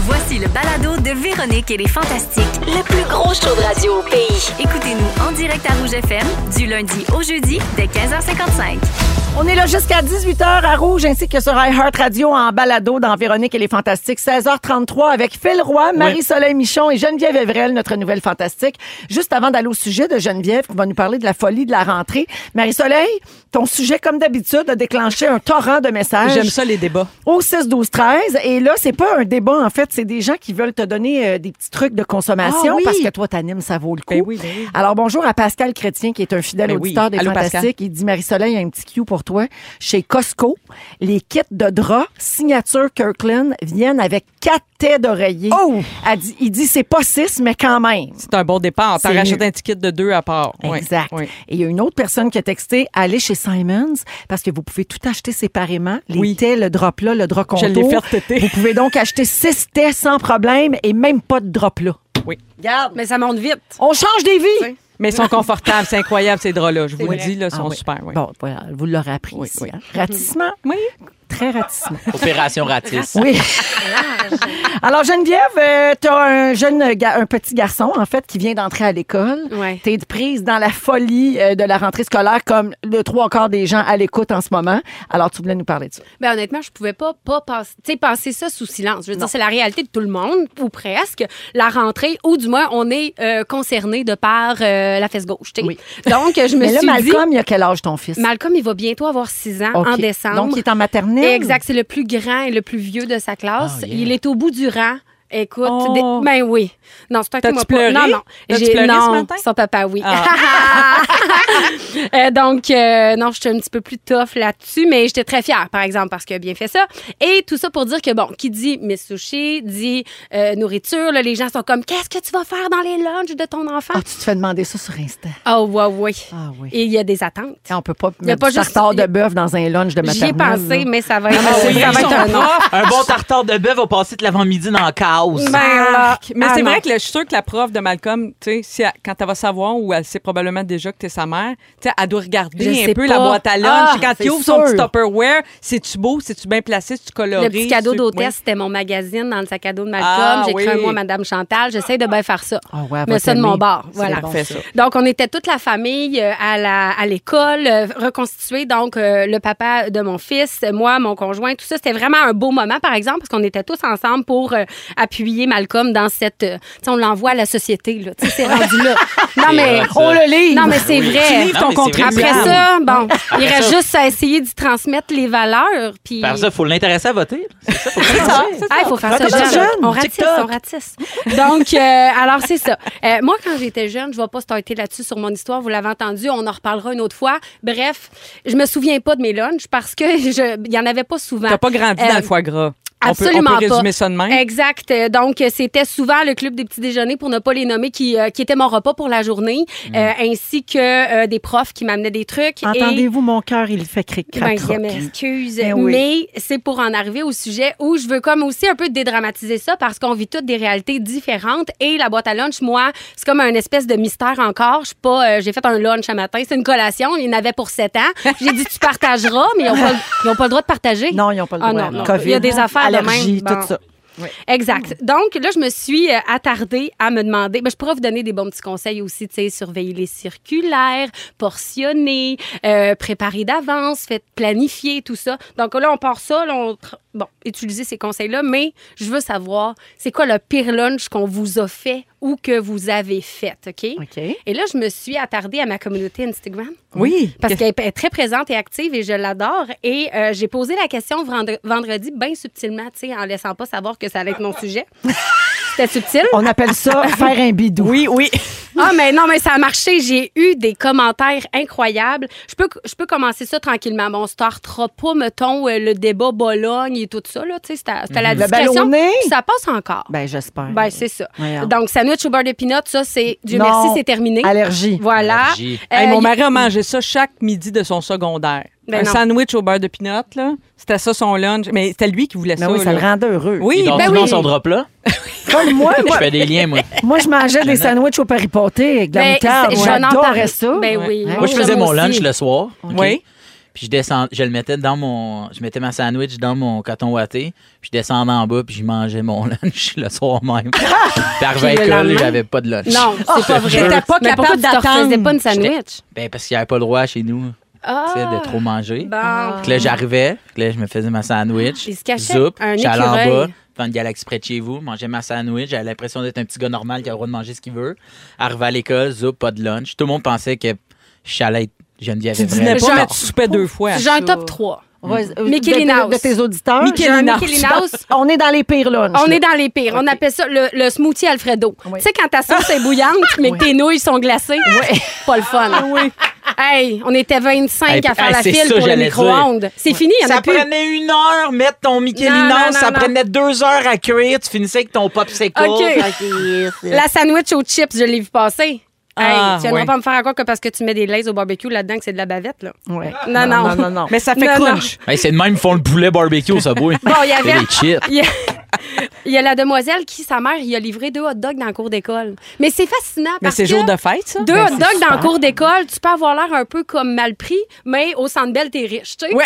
Voici le balado de Véronique et les Fantastiques. Le plus gros show de radio au pays. Écoutez-nous en direct à Rouge FM du lundi au jeudi dès 15h55. On est là jusqu'à 18h à Rouge ainsi que sur iHeart Radio en balado dans Véronique et les Fantastiques. 16h33 avec Phil Roy, Marie-Soleil Michon et Geneviève Evrel, notre nouvelle fantastique. Juste avant d'aller au sujet de Geneviève qui va nous parler de la folie de la rentrée. Marie-Soleil, ton sujet, comme d'habitude, a déclenché un torrent de messages. J'aime ça les débats. Au 6-12-13. Et là, c'est pas un débat, en fait. C'est des gens qui veulent te donner euh, des petits trucs de consommation Ah oui. parce que toi, t'animes, ça vaut le coup. Ben oui, ben oui. Alors, bonjour à Pascal Chrétien, qui est un fidèle Ben oui. auditeur des Allô, Fantastiques. Il dit, Marie-Soleil, il y a un petit cue pour toi. Chez Costco, les kits de draps, signature Kirkland, viennent avec quatre têtes d'oreiller. Oh! Elle dit- il dit, c'est pas six, mais quand même. C'est un bon départ. T'en C'est rachètes mieux. un ticket de deux à part. Oui, Exact. oui. Et il y a une autre personne qui a texté allez chez Simons parce que vous pouvez tout acheter séparément, les Oui. tés, le drop là, le drop Je contour. l'ai fait tété. Vous pouvez donc acheter six tés sans problème et même pas de drop là. Oui. Regarde, Mais ça monte vite. on change des vies. Oui. Mais ils sont confortables, c'est incroyable ces draps-là. Je vous le vrai. dis, là, ils Ah sont oui. super. Oui. Bon, voilà, vous l'aurez appris Oui, ici. oui. hein. Ratissement, Oui. très ratissement. Opération Ratis. Oui. Alors Geneviève, tu as un jeune ga- un petit garçon en fait qui vient d'entrer à l'école. Ouais. T'es prise dans la folie euh, de la rentrée scolaire comme le trois quarts des gens à l'écoute en ce moment. Alors tu voulais nous parler de ça. Ben honnêtement, je pouvais pas pas passer, tu sais, passer ça sous silence. Je veux dire, c'est la réalité de tout le monde ou presque. La rentrée, ou du moins, on est euh, concerné de par euh, la fesse gauche. tu sais. Oui. Donc, je me Mais là suis dit, Malcolm, il a quel âge ton fils Malcolm, il va bientôt avoir 6 ans OK. en décembre. Donc il est en maternelle. Exact, c'est le plus grand et le plus vieux de sa classe. Ah, yeah. Il est au bout du rang. Écoute, Oh. des- ben oui. Non, c'est toi qui T'as-tu m'as pleuré? pas. Non, non. T'as-tu J'ai- pleuré ce non, matin? son papa, oui. Ah. Euh, donc, euh, non, je suis un petit peu plus tough là-dessus, mais j'étais très fière, par exemple, parce qu'il a bien fait ça. Et tout ça pour dire que, bon, qui dit mes sushis, dit euh, nourriture, là, les gens sont comme, qu'est-ce que tu vas faire dans les lunchs de ton enfant? Ah, tu te fais demander ça sur Insta. Ah, ouais, ouais. Ah oui. Et il y a des attentes. On peut pas y a mettre pas du juste- tartare y de a- bœuf dans un lunch de J'y ai maternelle. pensé, là. mais ça va être, mais c'est oui, ça vrai va qu'ils être sont un non. Un bon tartare de bœuf va passer de l'avant-midi dans la cause. Ben, là. Mais Ah, c'est non. vrai que là, je suis sûre que la prof de Malcolm, tu sais, si elle- quand elle va savoir ou elle sait probablement déjà que t'es sa mère, tu sais, elle doit Je regarder un sais peu pas. la boîte à lunch. Ah, Et quand c'est il ouvre son sûr. petit Tupperware, c'est-tu beau, c'est-tu bien placé, c'est-tu coloré? Le petit cadeau c'est-tu- d'hôtesse, Oui. c'était mon magazine dans le sac à dos de Malcolm. Ah, J'ai oui. créé un mois Madame Chantal. J'essaie de bien faire ça. Ah ouais, elle va Mais ça de t'aimer. mon bord. C'est Voilà. bon, Parfait, ça. Donc, on était toute la famille euh, à la- à l'école, euh, reconstituée. Donc, euh, le papa de mon fils, moi, mon conjoint, tout ça, c'était vraiment un beau moment, par exemple, parce qu'on était tous ensemble pour euh, appuyer Malcolm dans cette... euh, tu sais, on l'envoie à la société, là. Tu sais, c'est rendu là. Non, mais... C'est On le lit. Non, mais c'est vrai. livres ton Non, mais c'est vrai que contrat. c'est Après grave. ça, bon, il Après reste ça- juste à essayer d'y transmettre les valeurs. Puis... Par ça, il faut l'intéresser à voter. Ah, il faut faire ça Recommence jeune. jeune. On ratisse, TikTok. on ratisse. Donc, euh, alors, c'est ça. Euh, moi, quand j'étais jeune, je ne vais pas starter là-dessus sur mon histoire. Vous l'avez entendu, on en reparlera une autre fois. Bref, je me souviens pas de mes lunchs parce que je- il n'y en avait pas souvent. T'as pas grandi Euh, dans le foie gras. On peut- Absolument on peut, résumer pas. ça de même. Exact. Euh, Donc, euh, c'était souvent le club des petits déjeuners, pour ne pas les nommer, qui, euh, qui était mon repas pour la journée, Mm. euh, ainsi que euh, des profs qui m'amenaient des trucs. Et- Entendez-vous, mon cœur, il fait cric ben, crac je croc. m'excuse, Ben oui. mais c'est pour en arriver au sujet où je veux comme aussi un peu dédramatiser ça parce qu'on vit toutes des réalités différentes et la boîte à lunch, moi, c'est comme un espèce de mystère encore. Je suis pas, euh, j'ai fait un lunch un matin, c'est une collation, il y en avait pour 7 ans. J'ai dit tu partageras, mais ils n'ont pas, ils ont pas le droit de partager. Non, ils n'ont pas le Ah droit. non, non. COVID, Il y a des affaires de allergies, même. tout Bon. ça. Exact. Donc, là, je me suis euh, attardée à me demander. Ben, je pourrais vous donner des bons petits conseils aussi, tu sais, surveiller les circulaires, portionner, euh, préparer d'avance, faites planifier, tout ça. Donc, là, on part ça, là, on. tr- Bon, utiliser ces conseils-là, mais je veux savoir, c'est quoi le pire lunch qu'on vous a fait ou que vous avez fait, OK? OK. Et là, je me suis attardée à ma communauté Instagram. Oui. Parce qu'elle est très présente et active et je l'adore. Et euh, j'ai posé la question vendre- vendredi bien subtilement, tu sais, en laissant pas savoir que ça allait être mon sujet. C'était subtil. On appelle ça faire un bidou. Oui, oui. Ah, mais non, mais ça a marché. J'ai eu des commentaires incroyables. Je peux, je peux commencer ça tranquillement. Bon, on startera pas, mettons, euh, le débat Bologne et tout ça, là, tu sais, c'était c'était la Mhm. Le discussion. ballonné. Puis Ça passe encore. Ben, j'espère. Ben, c'est ça. Voyons. Donc, sandwich au beurre de peanut, ça, c'est... Dieu Non. merci, c'est terminé. Allergie. Voilà. Allergie. Euh, Hey, y- mon mari a mangé ça chaque midi de son secondaire. Ben un non. sandwich au beurre de pinot, là. C'était ça son lunch. Mais c'était lui qui voulait Mais ça. Ben oui, ça le là. rendait heureux. Oui, Donc, ben ben oui. son drop là. Comme moi, Je moi, fais des liens, moi. moi, je mangeais des sandwichs au paripoté avec de la Ben, moutarde. c'est- Moi, j'en en J'adorais parlais. ça. Ben oui. Ouais. Moi, je ça, faisais mon aussi. lunch le soir. Oui. Puis je descends, je le mettais dans mon, je mettais ma sandwich dans mon coton ouaté. Puis je descendais en bas, puis je mangeais mon lunch le soir même. Puis arrivé à Puis le l'école, lendemain? j'avais pas de lunch. Non, c'est pas vrai. T'étais pas Mais pourquoi capable tu te d'attendre? refaisais pas une sandwich. Ben parce qu'il n'y avait pas le droit chez nous, tu sais, de trop manger. Ah! Bon. Fait que là, j'arrivais, fait que là, je me faisais ma sandwich. Il se cachait, Zoup, un j'allais en écureuil. bas, devant une galaxie près de chez vous, mangeais ma sandwich. J'avais l'impression d'être un petit gars normal qui a le droit de manger ce qu'il veut. Arrivé à l'école, zoup, pas de lunch. Tout le monde pensait que j'allais être Geneviève Tu dînais Evrel. pas, Genre- mais tu soupais deux fois. Ben, J'ai un top 3. On va- euh, Mickey de- de- Linaus. De tes auditeurs. Mickey j'ai un Linaus. Mickey On est dans les pires lunchs. On là. est dans les pires. On appelle ça le, le smoothie Alfredo. Oui. Tu sais, quand ta sauce est bouillante, mais que tes nouilles sont glacées, pas le fun. Ah Hey, on était 25 Hey, à faire hey, la c'est file ça, pour le j'allais dire. micro-ondes. C'est fini, il y en Ça a plus. prenait une heure mettre ton Non, non, Michelino, non, ça non. prenait deux heures à cuire, tu finissais avec ton popsicle. OK. Fait que- La sandwich aux chips, je l'ai vu passer. Ah, hey, tu viendras ouais. pas me faire encore que parce que tu mets des lays au barbecue là-dedans que c'est de la bavette, là. Ouais. Non, non. non, non, non. Mais ça fait Non, non. crunch. Hey, c'est de même qu'ils font le poulet barbecue au Subway. Bon, il y avait- C'est des chips. Il y, a, il y a la demoiselle qui, sa mère, il a livré deux hot dogs dans le cours d'école. Mais c'est fascinant Mais parce c'est que jour de fête, ça. Ben, deux hot dogs dans le cours d'école, tu peux avoir l'air un peu comme mal pris, mais au centre belle, t'es riche, tu sais. Ouais.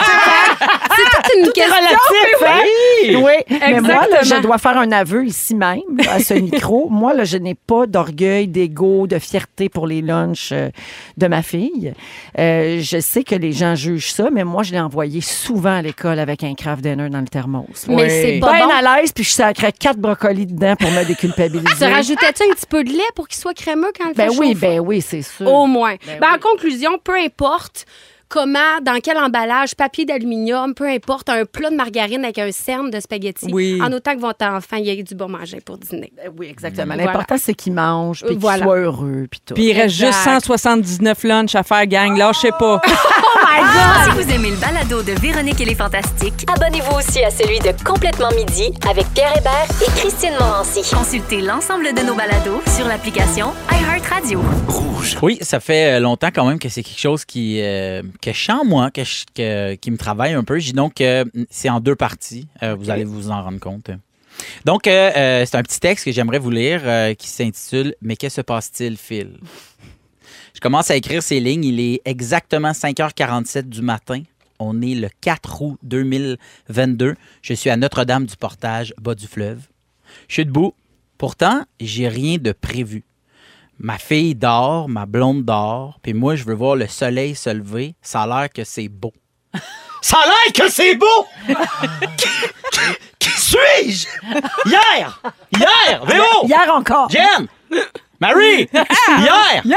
C'est toute une C'est question. relatif, hein? Oui, mais moi, là, je Exactement. dois faire un aveu ici même, à ce micro. Moi, là, je n'ai pas d'orgueil, d'ego, de fierté pour les lunchs euh, de ma fille. Euh, je sais que les gens jugent ça, mais moi, je l'ai envoyé souvent à l'école avec un craft dinner dans le thermos. Mais c'est pas Bien bon. à l'aise, puis je sacrais quatre brocolis dedans pour me Tu déculpabiliser. rajoutais-tu un petit peu de lait pour qu'il soit crémeux quand le ben fait oui, chauffer? ben oui, c'est sûr. Au moins. Ben, En conclusion, peu importe comment, dans quel emballage, papier d'aluminium, peu importe, un plat de margarine avec un cerne de spaghettis, Oui. en autant que votre enfant y ait du bon manger pour dîner. Ben Oui, exactement. Voilà. L'important, c'est qu'ils mangent, puis qu'ils Voilà. soient heureux, puis tout. Puis il reste Exact. juste 179 lunchs à faire, gang. Là, je sais pas. Ah! Si vous aimez le balado de Véronique et les Fantastiques, Abonnez-vous aussi à celui de Complètement Midi avec Pierre Hébert et Christine Morancy. consultez l'ensemble de nos balados sur l'application iHeartRadio. Oui, ça fait euh, longtemps quand même que c'est quelque chose qui euh, que je sens moi, que je- que- qui me travaille un peu. Je dis donc que c'est en deux parties. Euh, Vous allez vous en rendre compte. Donc, euh, euh, c'est un petit texte que j'aimerais vous lire euh, qui s'intitule Mais que se passe-t-il, Phil? Je commence à écrire ces lignes. Il est exactement 5h47 du matin. On est le 4 août 2022. Je suis à Notre-Dame du Portage, bas du fleuve. Je suis debout. Pourtant, j'ai rien de prévu. Ma fille dort, ma blonde dort, puis moi, je veux voir le soleil se lever. Ça a l'air que c'est beau. Ça a l'air que c'est beau! Qui- Qui suis-je? Hier! Hier! Véro! Hier encore. Jen! Marie! Ah! Hier! Yeah!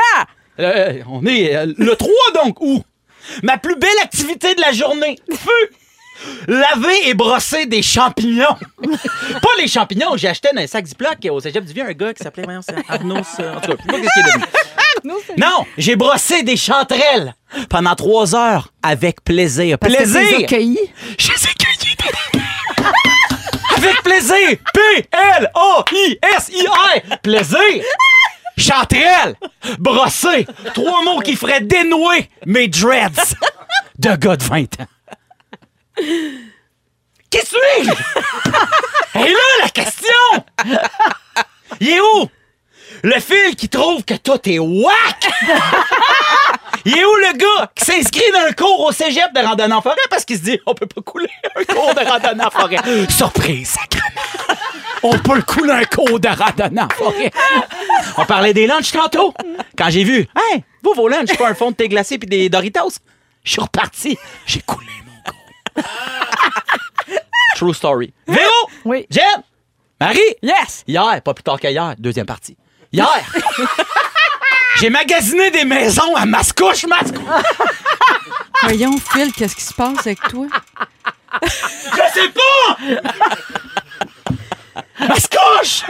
Euh, on est euh, le 3 donc, où? Ma plus belle activité de la journée. Feu! Laver et brosser des champignons. pas les champignons, j'ai acheté dans un sac Ziploc au cégep du Vieux un gars qui s'appelait voyons, c'est Arnaud. c'est- En tout cas, je sais pas qu'est-ce qu'il est devenu. Non, j'ai brossé des chanterelles pendant trois heures avec plaisir. Parce que plaisir! t'es accueilli. Je les ai cueillis dans mes mains. Avec plaisir! P-L-O-I-S-I-R! Plaisir! Chanterelle! Brosser! Trois mots qui feraient dénouer mes dreads de gars de 20 ans. Qui suis-je? Et là, la question! Il est où? Le fil qui trouve que tout est whack! Il est où le gars qui s'inscrit dans un cours au cégep de randonnée en forêt parce qu'il se dit on peut pas couler un cours de randonnée en forêt. Surprise, sacrément. On peut couler un cours de randonnée en forêt. On parlait des lunchs tantôt. Quand j'ai vu, hey, vous vos lunchs, pas un fond de thé glacé puis des Doritos. Je suis reparti, j'ai coulé mon cours. True story. Véro, Oui. Jen, Marie, Yes! Hier, pas plus tard qu'hier, deuxième partie. Hier! J'ai magasiné des maisons à Mascouche, Mascouche! Voyons, Phil, qu'est-ce qui se passe avec toi? Je sais pas! Mascouche!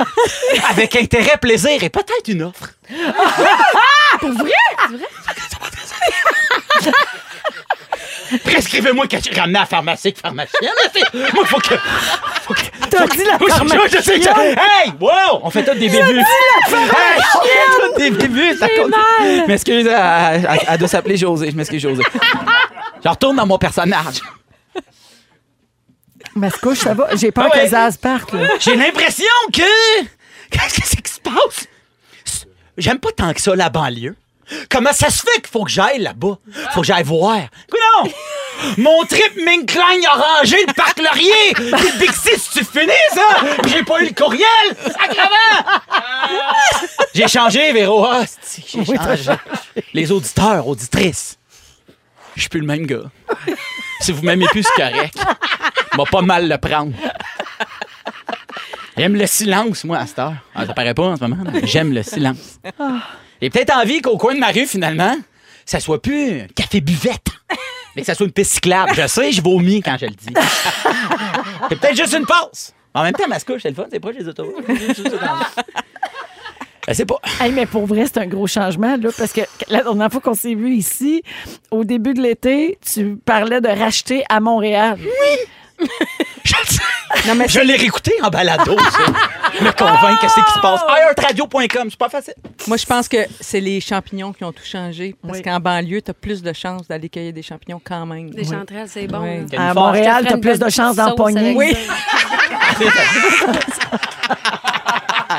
Avec intérêt, plaisir et peut-être une offre. Pour vrai? Prescrivez-moi quelque chose. Ramenez à la pharmacie, que pharmacienne. c'est- Moi, faut que. Faut que... T'as dit la Moi, je- moi, je sais que- Hein? Hey! Wow! On fait tous des bébus. Hey, on fait tous des bébus. ça compte. Je m'excuse, elle, elle- elle doit s'appeler José. Je m'excuse, José. Je retourne dans mon personnage. Mascouche, ça va? J'ai peur Ah ouais. que les as partent, là. J'ai l'impression que. Qu'est-ce que c'est qui se passe? J'aime pas tant que ça la banlieue. Comment ça se fait qu'il faut que j'aille là-bas? Faut que j'aille voir. Non! Mon trip Minkline orangé, le parc Laurier! Puis le Bixi, si tu finis, ça! J'ai pas eu le courriel! Sacrement! J'ai changé, Véro. Ah, c'est-tu que j'ai changé. Les auditeurs, auditrices. Je suis plus le même gars. Si vous m'aimez plus, c'est correct. M'a pas mal le prendre. J'aime le silence, moi, à cette heure. Ah, ça paraît pas en ce moment. mais J'aime le silence. J'ai peut-être envie qu'au coin de ma rue, finalement, ça soit plus un café buvette, mais que ça soit une piste cyclable. Je sais, je vomis quand je le dis. C'est peut-être juste une pause. En même temps, Mascouche, c'est le fun, c'est proche des autoroutes. Je sais pas. Hey, mais pour vrai, c'est un gros changement, là, parce que la dernière fois qu'on s'est vu ici, au début de l'été, tu parlais de racheter à Montréal. Je, je l'ai réécouté en balado, ça. Me convaincre, qu'est-ce qui se passe. iHeartRadio.com, c'est pas facile. Moi, je pense que c'est les champignons qui ont tout changé. Parce qu'en banlieue, tu as plus de chances d'aller cueillir des champignons quand même. Les chanterelles, c'est bon. Ouais. là. Il y a une À force. Montréal, Je te t'as ferai plus une de bonne sauce chances d'empoigner. avec Oui.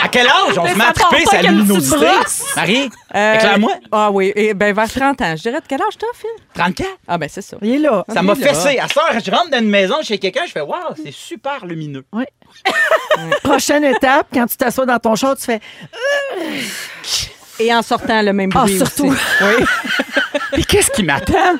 À quel Ah. âge on se met à ça part triper pas sa qu'un petit luminosité? brosse. Marie, Euh, éclaire-moi. Ah oui, et ben vers 30 ans. Je dirais de quel âge t'as, Phil? 34. Ah ben c'est ça. Il est là. Ça m'a Oui, là. fessé. À ce heure, je rentre dans une maison chez quelqu'un, je fais Waouh, c'est super lumineux. Prochaine étape, quand tu t'assois dans ton char, tu fais Et en sortant le même Ah, bruit surtout. aussi. Oui, Mais qu'est-ce qui m'attend?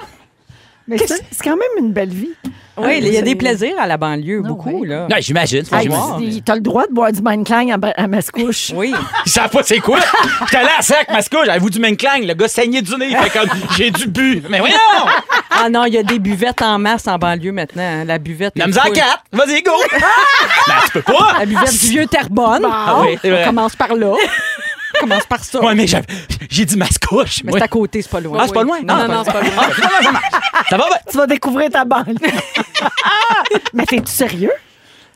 Mais c'est c'est quand même une belle vie. Ah, Oui, il y a c'est- Ah des plaisirs à la banlieue, beaucoup, oui. là. Non, j'imagine. faut Hey, que je voir, tu- mais- T'as le droit de boire du Mein Klein à, ba- à Mascouche. Oui. Ils savent pas c'est quoi. J'étais allé à sac, Mascouche, avez-vous du Menklang? Le gars saignait du nez. Il fait comme j'ai du bu. Mais Ben voyons! Ah non, il y a des buvettes en masse en banlieue maintenant. hein. La buvette. La est mise en full. quatre. Vas-y, go! Ben, tu peux pas! La buvette Ah! du vieux Terrebonne. Ah oui, c'est vrai. On commence par là. On commence par ça. Ouais, mais j'avais- j'ai dit Mascouche. Mais moi. c'est à côté, c'est pas loin. Ah, c'est pas loin? Non, Ah, non, non, c'est pas loin. Ça va? ben- Tu vas découvrir ta banlieue. mais t'es-tu sérieux?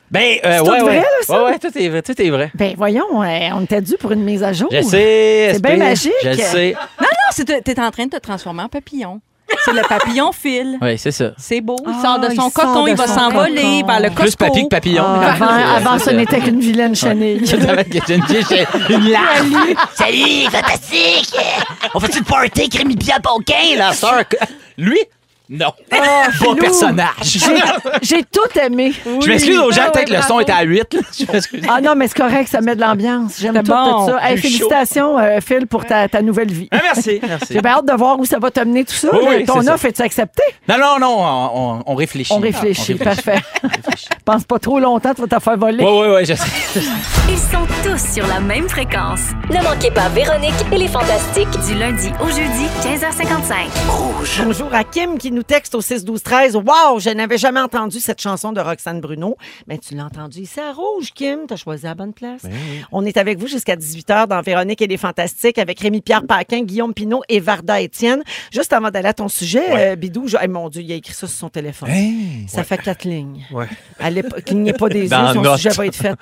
Ben, euh, C'est tout ouais, vrai, ouais. là, ça? Ouais, ouais, tout est vrai. Tout est vrai. Ben voyons, euh, on t'a dû pour une mise à jour. Je sais. C'est bien esprit, magique. Je le sais. Non, non, c'est- t'es t'es en train de te transformer en papillon. C'est le papillon Phil. Oui, c'est ça. C'est beau. Il Ah, sort de il son sort coton, de il va son s'envoler cocon. vers le Costco. Plus papy que papillon. Ah, avant, avant, ce n'était qu'une vilaine chenille. Je savais que Geneviève, j'ai une larme. Salut, fantastique! On fait-tu le party, Crémi Pia Tonquin, la sœur? Lui? Non. Ah, Pas filou. personnage. J'ai- J'ai tout aimé. Je m'excuse aux gens, Ah peut-être ouais, le son bravo. était à 8. là. Je m'excuse. Ah non, mais c'est correct, ça met de l'ambiance. J'aime tout, C'était bon, tout ça. Hey, plus félicitations, euh, Phil, pour ta, ta nouvelle vie. Ah, merci, merci. J'ai bien hâte de voir où ça va te mener tout ça. Oui, là. oui, Ton c'est ça. offre est-tu acceptée? Non, non, non, on, on- on réfléchit. On réfléchit, On parfait. Pense pas trop longtemps, tu vas te faire voler. Ouais, ouais, ouais, je sais. Ils sont tous sur la même fréquence. Ne manquez pas Véronique et les Fantastiques. Du lundi au jeudi, 15h55. Bonjour à Kim qui nous texte au 6 12 13. Wow, je n'avais jamais entendu cette chanson de Roxane Bruno. Mais tu l'as entendue ici à Rouge, Kim. T'as choisi la bonne place. Ben Ben On est avec vous jusqu'à 18h dans Véronique et les Fantastiques avec Rémi Pierre Paquin, Guillaume Pinot et Varda Étienne. Juste avant d'aller à ton sujet, euh, Bidou, je- eh, mon Dieu, il a écrit ça sur son téléphone. Hein? Ça fait quatre lignes. Ouais. Allez, pas- clignez pas des Dans yeux, son note. sujet va être fait.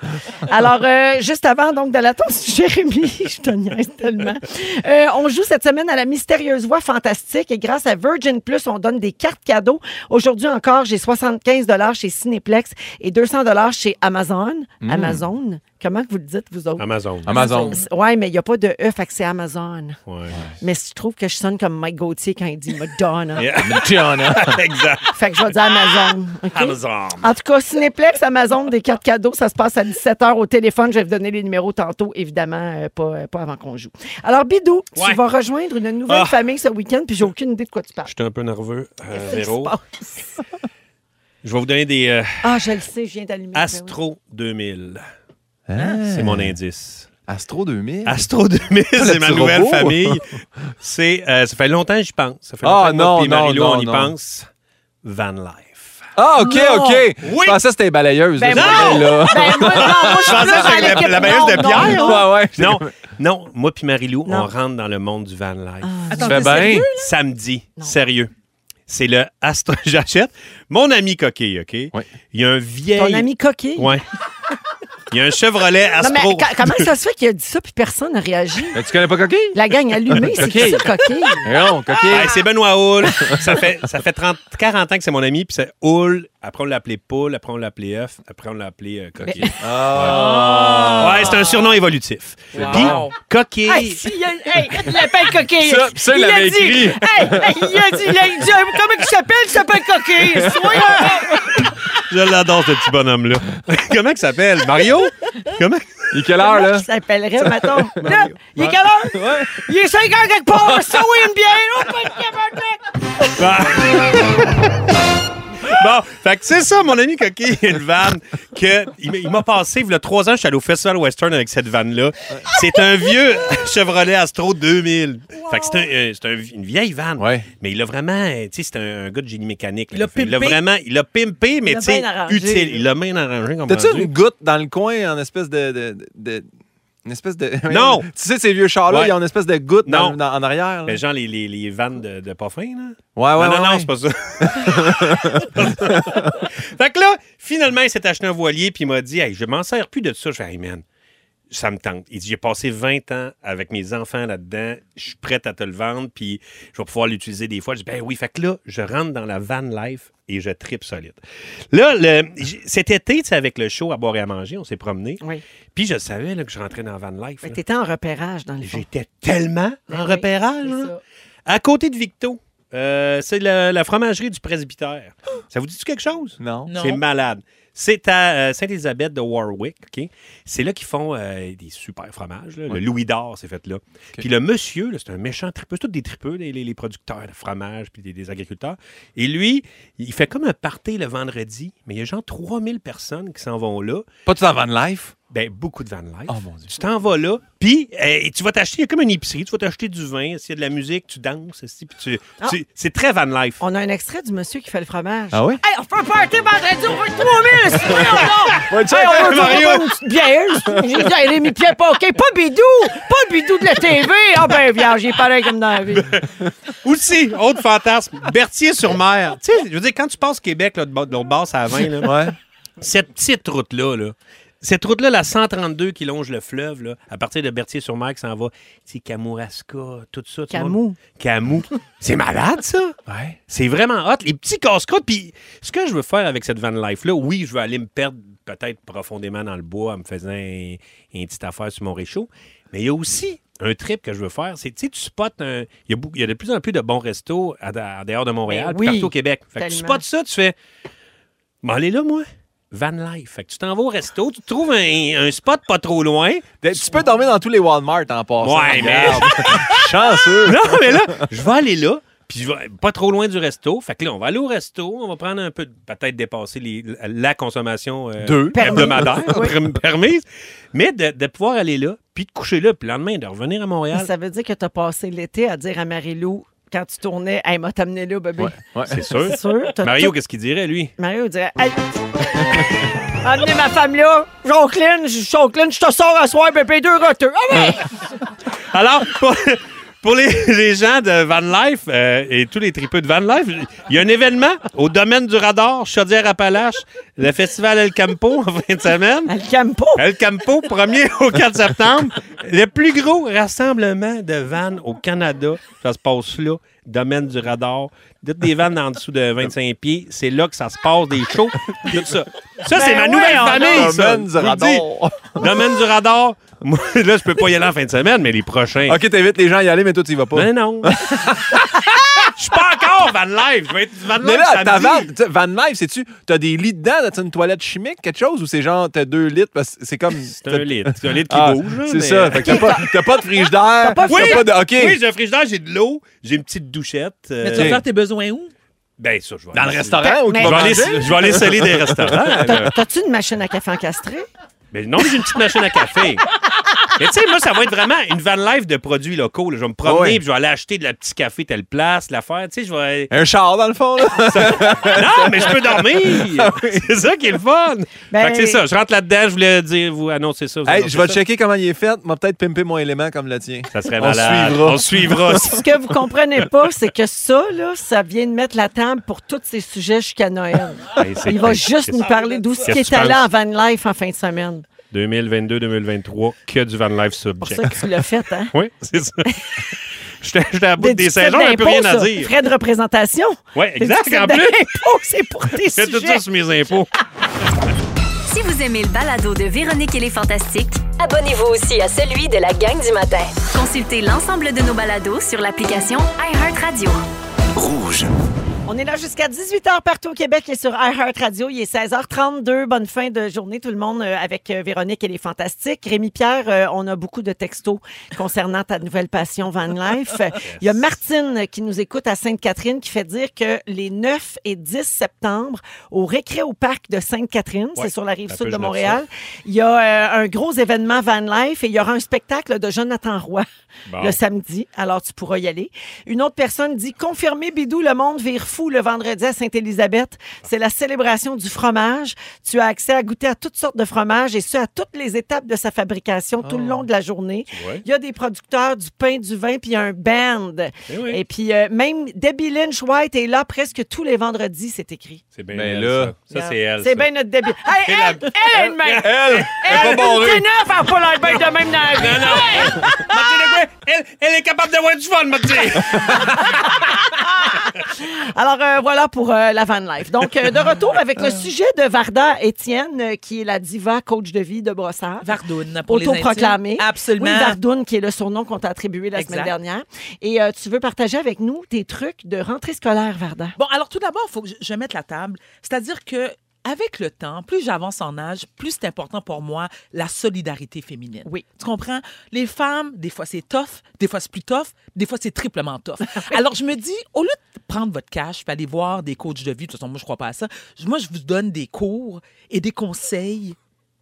Alors, euh, juste avant donc d'aller à ton sujet, Rémi, je te niaise tellement. Euh, on joue cette semaine à la mystérieuse voix fantastique et grâce à Virgin Plus, on donne des cartes cadeaux. Aujourd'hui encore, j'ai 75 chez Cineplex et 200 chez Amazon. Amazon, comment que vous le dites, vous autres? Amazon. Amazon. Oui, mais il n'y a pas de E, fait que c'est Amazon. Ouais. Mais je trouve que je sonne comme Mike Gauthier quand il dit Madonna. Tiana. exact. Fait que je vais dire Amazon. OK? Amazon. En tout cas, Cinéplex, Amazon, des cartes cadeaux, ça se passe à 17h au téléphone. Je vais vous donner les numéros tantôt, évidemment, euh, pas, euh, pas avant qu'on joue. Alors, Bidou, tu Ouais. vas rejoindre une nouvelle Ah. famille ce week-end, puis j'ai aucune idée de quoi tu parles. J'étais un peu nerveux, euh, Qu'est-ce qui Véro. se passe? Je vais vous donner des euh, Ah, je le sais, je viens d'allumer. ben oui. Astro 2000. C'est mon indice. Ah. Astro 2000. Astro 2000, c'est ma petit nouvelle robot. famille. C'est, euh, ça fait longtemps que j'y pense. Ça fait Ah, longtemps que moi non, puis non, Marie-Lou, non, on y non. pense. Van Life. Ah, OK, OK. Oui. Je pensais que c'était balayeuse. Ben là, non. ce modèle-là. Ben, moi, non, moi, je suis pensais plus que dans c'était la- l'équipe la bailleuse de non, Pierre, non, non. Ouais, ouais. Non, non, moi puis Marie-Lou, Non. Ah, on rentre dans le monde du van life. Tu fais bien. Samedi, sérieux. C'est le Astro. J'achète mon ami coquille, OK? Ouais. Il y a un vieil. Ton ami coquille. Ouais. Il y a un Chevrolet Non, mais Astro. ca- comment ça se fait qu'il a dit ça puis personne n'a réagi? Mais tu connais pas Coquille? La gang allumée, c'est qui Coquille. ça, coquille? Eh Non, Coquille. Ben, c'est Benoît Houle. ça fait, ça fait 30, 40 ans que c'est mon ami, puis c'est Houle. Après, on l'a appelé Poule. Après, on l'a appelé œuf. Après, on l'a appelé euh, Coquille. Ah! Ouais, c'est un surnom évolutif. Puis, Coquille. Hey, s'il y a- hey, il l'appelle coquille. Ça, ça, il l'avait a dit, écrit. Hey, hey, il a dit, il a dit, euh, comment il s'appelle? Il s'appelle coquille. Soyons- Je l'adore, ce petit bonhomme-là. Comment il s'appelle? Mario? Comment? Il est quelle heure, Comment là? il s'appellerait, mettons? Là, il est quelle heure? Il est 5 heures quelque part. Ça, oui, une bière. Oh, pas de tabarnak. Bah. Bon, fait que c'est ça, mon ami Coquille, une vanne que il m'a- il m'a passé, il y a trois ans, je suis allé au Festival Western avec cette vanne-là. C'est un vieux Chevrolet Astro 2000. Fait que c'est un- euh, c'est un vi- une vieille vanne. Ouais. Mais il a vraiment, euh, tu sais, c'est un, un gars de génie mécanique. là. Il l'a pimpé. vraiment, il l'a pimpé, mais l'a tu sais, bien arrangé, utile. là. Il l'a bien arrangé comme T'as-tu une goutte dans le coin en espèce de. de, de- une espèce de. Non! tu sais, ces vieux chars-là, Ouais. ils ont une espèce de goutte dans- Non. dans- en arrière. là. Mais genre les, les, les vannes de, de pas fin, là. Ouais, ouais, non, ouais, non, non, ouais. c'est pas ça. fait que là, finalement, il s'est acheté un voilier, puis il m'a dit, hey, je m'en sers plus de ça. Je fais, hey, man, ça me tente. Il dit, j'ai passé 20 ans avec mes enfants là-dedans, je suis prête à te le vendre, puis je vais pouvoir l'utiliser des fois. Je dis, ben oui, fait que là, je rentre dans la van life et je tripe solide. Là, le- j- cet été, tu sais, avec le show à boire et à manger, on s'est promené. Oui. Puis je savais là, que je rentrais dans la van life. Mais là. T'étais en repérage dans les fond. Ben J'étais tellement en oui, repérage. c'est hein. ça. À côté de Victo, euh, c'est la, la fromagerie du presbytère. Ça vous dit quelque chose? Non. C'est malade. C'est à euh, Sainte-Élisabeth de Warwick. ok? C'est là qu'ils font euh, des super fromages. là. Le Louis d'Or, c'est fait là. Puis le monsieur, là, c'est un méchant tripeux. C'est tous des tripeux, les, les- les producteurs de fromage puis des, des agriculteurs. Et lui, il fait comme un party le vendredi, mais il y a genre 3000 personnes qui s'en vont là. Pas tout en van life. Ben, beaucoup de van life. Oh, mon Dieu. Tu t'en vas là, puis euh, tu vas t'acheter, il y a comme une épicerie, tu vas t'acheter du vin, s'il y a de la musique, tu danses, aussi, puis tu, tu- c'est très van life. Ah. On a un extrait du monsieur qui fait le fromage. Ah oui? Hey, on fait un party vendredi, on veut 3000, c'est vrai, on Ouais, tu sais, Hey, on veut Mario. pas une petite bière. J'ai dit, hey, Rémi Pierre Paquet, pas Bidou, pas Bidou de la TV. Ah ben, viens, j'ai pareil comme dans la vie. Aussi, autre fantasme, Berthier-sur-Mer. Tu sais, je veux dire, quand tu passes Québec, là, de bo- de l'autre bord, c'est à 20, là, Ouais. cette petite route-là, là, cette route-là, la 132 qui longe le fleuve, là, à partir de Berthier-sur-Mer qui s'en va, tu sais, Kamouraska, tout ça. tout le Camou. monde- Camou. C'est malade, ça? Ouais. C'est vraiment hot. Les petits casse-croûtes. Puis ce que je veux faire avec cette van life-là, oui, je veux aller me perdre peut-être profondément dans le bois en me faisant un- une petite affaire sur mon réchaud. Mais il y a aussi un trip que je veux faire. C'est, tu sais, tu spots un. Il y, a, beaucoup- il y a de plus en plus de bons restos à, en dehors de Montréal, Ben puis oui, partout au Québec. Fait que tu tellement. spots ça, tu fais. Bon, allez là, moi. Van life. Fait que tu t'en vas au resto, tu trouves un, un spot pas trop loin. Tu peux dormir dans tous les Walmart en passant. Ouais, mais- Regarde. Chanceux. Non, mais là, je vais aller là, puis je vais pas trop loin du resto. Fait que là, on va aller au resto, on va prendre un peu, de- peut-être dépasser les- la consommation euh, Deux. hebdomadaire, perm- permise, mais de, de pouvoir aller là, puis de coucher là, puis le lendemain, de revenir à Montréal. Ça veut dire que t'as passé l'été à dire à Marie-Lou, quand tu tournais, hey, m'a t'amené là, bébé. Ouais. C'est sûr. C'est sûr. t'as Mario, tout- qu'est-ce qu'il dirait, lui? Mario dirait, hey, amenez ma femme là, j'oncline, je j'oncline, je te sors à soir, bébé, deux roteux. Ah ouais! Alors, pour, pour les, les gens de Van Life euh, et tous les tripeux de Van Life, il y a un événement au domaine du radar, Chaudière-Appalaches, le festival El Campo en fin de semaine. Elle calme pas. El Campo, 1er au 4 septembre. Le plus gros rassemblement de vannes au Canada. Ça se passe là, domaine du radar. Toutes des vannes en dessous de 25 pieds. C'est là que ça se passe, des shows, tout ça. Ça, c'est ma nouvelle famille, ça. Ben Domaine du Je vous le radar. dis. Oh. Domaine du radar. Moi, là, je peux pas y aller en fin de semaine, mais les prochains. OK, t'invites les gens à y aller, mais toi, tu y vas pas. Mais non. Je suis pas encore Van Live. Je vais être Van Live Mais là, ta samedi. van, tu sais, van life, sais-tu, t'as des lits dedans, t'as une toilette chimique, quelque chose, ou c'est genre, t'as deux litres, parce que c'est comme. C'est un lit. C'est un lit qui Ah, bouge. là, C'est mais- ça. Fait que t'as pas, t'as pas de frigidaire. T'as pas, Oui, de. OK. oui, j'ai un frigidaire, j'ai de l'eau, j'ai une petite douchette. euh, Mais tu vas Ok. faire tes besoins où? Ben, ça, je vais Dans le aller- restaurant où tu Je vas vais, aller, manger? je vais aller sceller des restaurants. là. T'as- T'as-tu une machine à café encastrée? Mais non, mais j'ai une petite machine à café. Mais tu sais, moi, ça va être vraiment une van life de produits locaux. là. Je vais me promener, Ouais. puis je vais aller acheter de la petite café telle place, l'affaire. Tu sais, je vais... Un char, dans le fond, là. Non, mais je peux Ah dormir! c'est ça qui est le fun! Ben- Fait que c'est ça, je rentre là-dedans, je voulais dire, vous annoncer ça. vous Hey, annoncer je vais ça. checker comment il est fait. M'a peut-être pimpé mon élément comme le tien. Ça serait On malade. suivra. On suivra. Ce que vous comprenez pas, c'est que ça, là, ça vient de mettre la table pour tous ces sujets jusqu'à Noël. Hey, c'est- Il va hey, juste c'est- nous parler d'où ce qui Qu'est-ce est que tu allé en penses? van life en fin de semaine. 2022-2023, que du Van Life pour Subject. ça que tu l'as fait, hein? Oui, c'est ça. J'étais j'étais à bout des saisons, j'avais plus d'impôts, rien à ça. dire. Frais de représentation. Oui, exact, Déficit en plus. d'impôts, c'est pour tes Je fais tout sujets. ça sur mes impôts. Si vous aimez le balado de Véronique et les Fantastiques, Abonnez-vous aussi à celui de la gang du matin. consultez l'ensemble de nos balados sur l'application iHeartRadio. On est là jusqu'à 18h partout au Québec et sur iHeartRadio. Il est 16h32. Bonne fin de journée, tout le monde, euh, avec euh, Véronique et les Fantastiques. Rémi-Pierre, euh, on a beaucoup de textos concernant ta nouvelle passion, Van Life. Il y a Martine qui nous écoute à Sainte-Catherine qui fait dire que les 9 et 10 septembre, au Récré au Parc de Sainte-Catherine, c'est sur la rive un sud peu, de je note Montréal, il y a euh, un gros événement Van Life et il y aura un spectacle de Jonathan Roy Bon. le samedi. Alors, tu pourras y aller. Une autre personne dit Confirmé, Bidou, le monde vire fou le vendredi à Sainte-Élisabeth. C'est la célébration du fromage. Tu as accès à goûter à toutes sortes de fromages et ce, à toutes les étapes de sa fabrication tout le long de la journée. Ah. vois? Il y a des producteurs, du pain, du vin, puis il y a un band. Eh oui. Et puis, euh, même Debbie Lynch White est là presque tous les vendredis, c'est écrit. C'est bien Mais elle, là- Ben ça. Ça, c'est elle. C'est ça. bien notre Debbie. Hey, la- elle, elle est une mère. Elle, elle Elle, est pas barrée. c'est neuf, elle a pas l'air bien de même dans la vie. Non, non. Martine Leguin, elle, elle est capable d'avoir du fun, Martine. Alors euh, voilà pour euh, la van life. Donc euh, de retour avec le sujet de Varda Étienne, euh, qui est la diva coach de vie de Brossard. Vardoune, pour les Autoproclamée. intimes. Absolument. Oui, Vardoune, qui est le surnom qu'on t'a attribué la Exact. semaine dernière. Et euh, tu veux partager avec nous tes trucs de rentrée scolaire, Varda. Bon, alors tout d'abord, il faut que je- je mette la table. C'est-à-dire que avec le temps, plus j'avance en âge, plus c'est important pour moi la solidarité féminine. Oui. Tu comprends? Les femmes, des fois c'est tough, des fois c'est plus tough, des fois c'est triplement tough. Alors je me dis, au lieu de prendre votre cash, puis aller voir des coachs de vie, de toute façon moi je crois pas à ça, je- moi je vous donne des cours et des conseils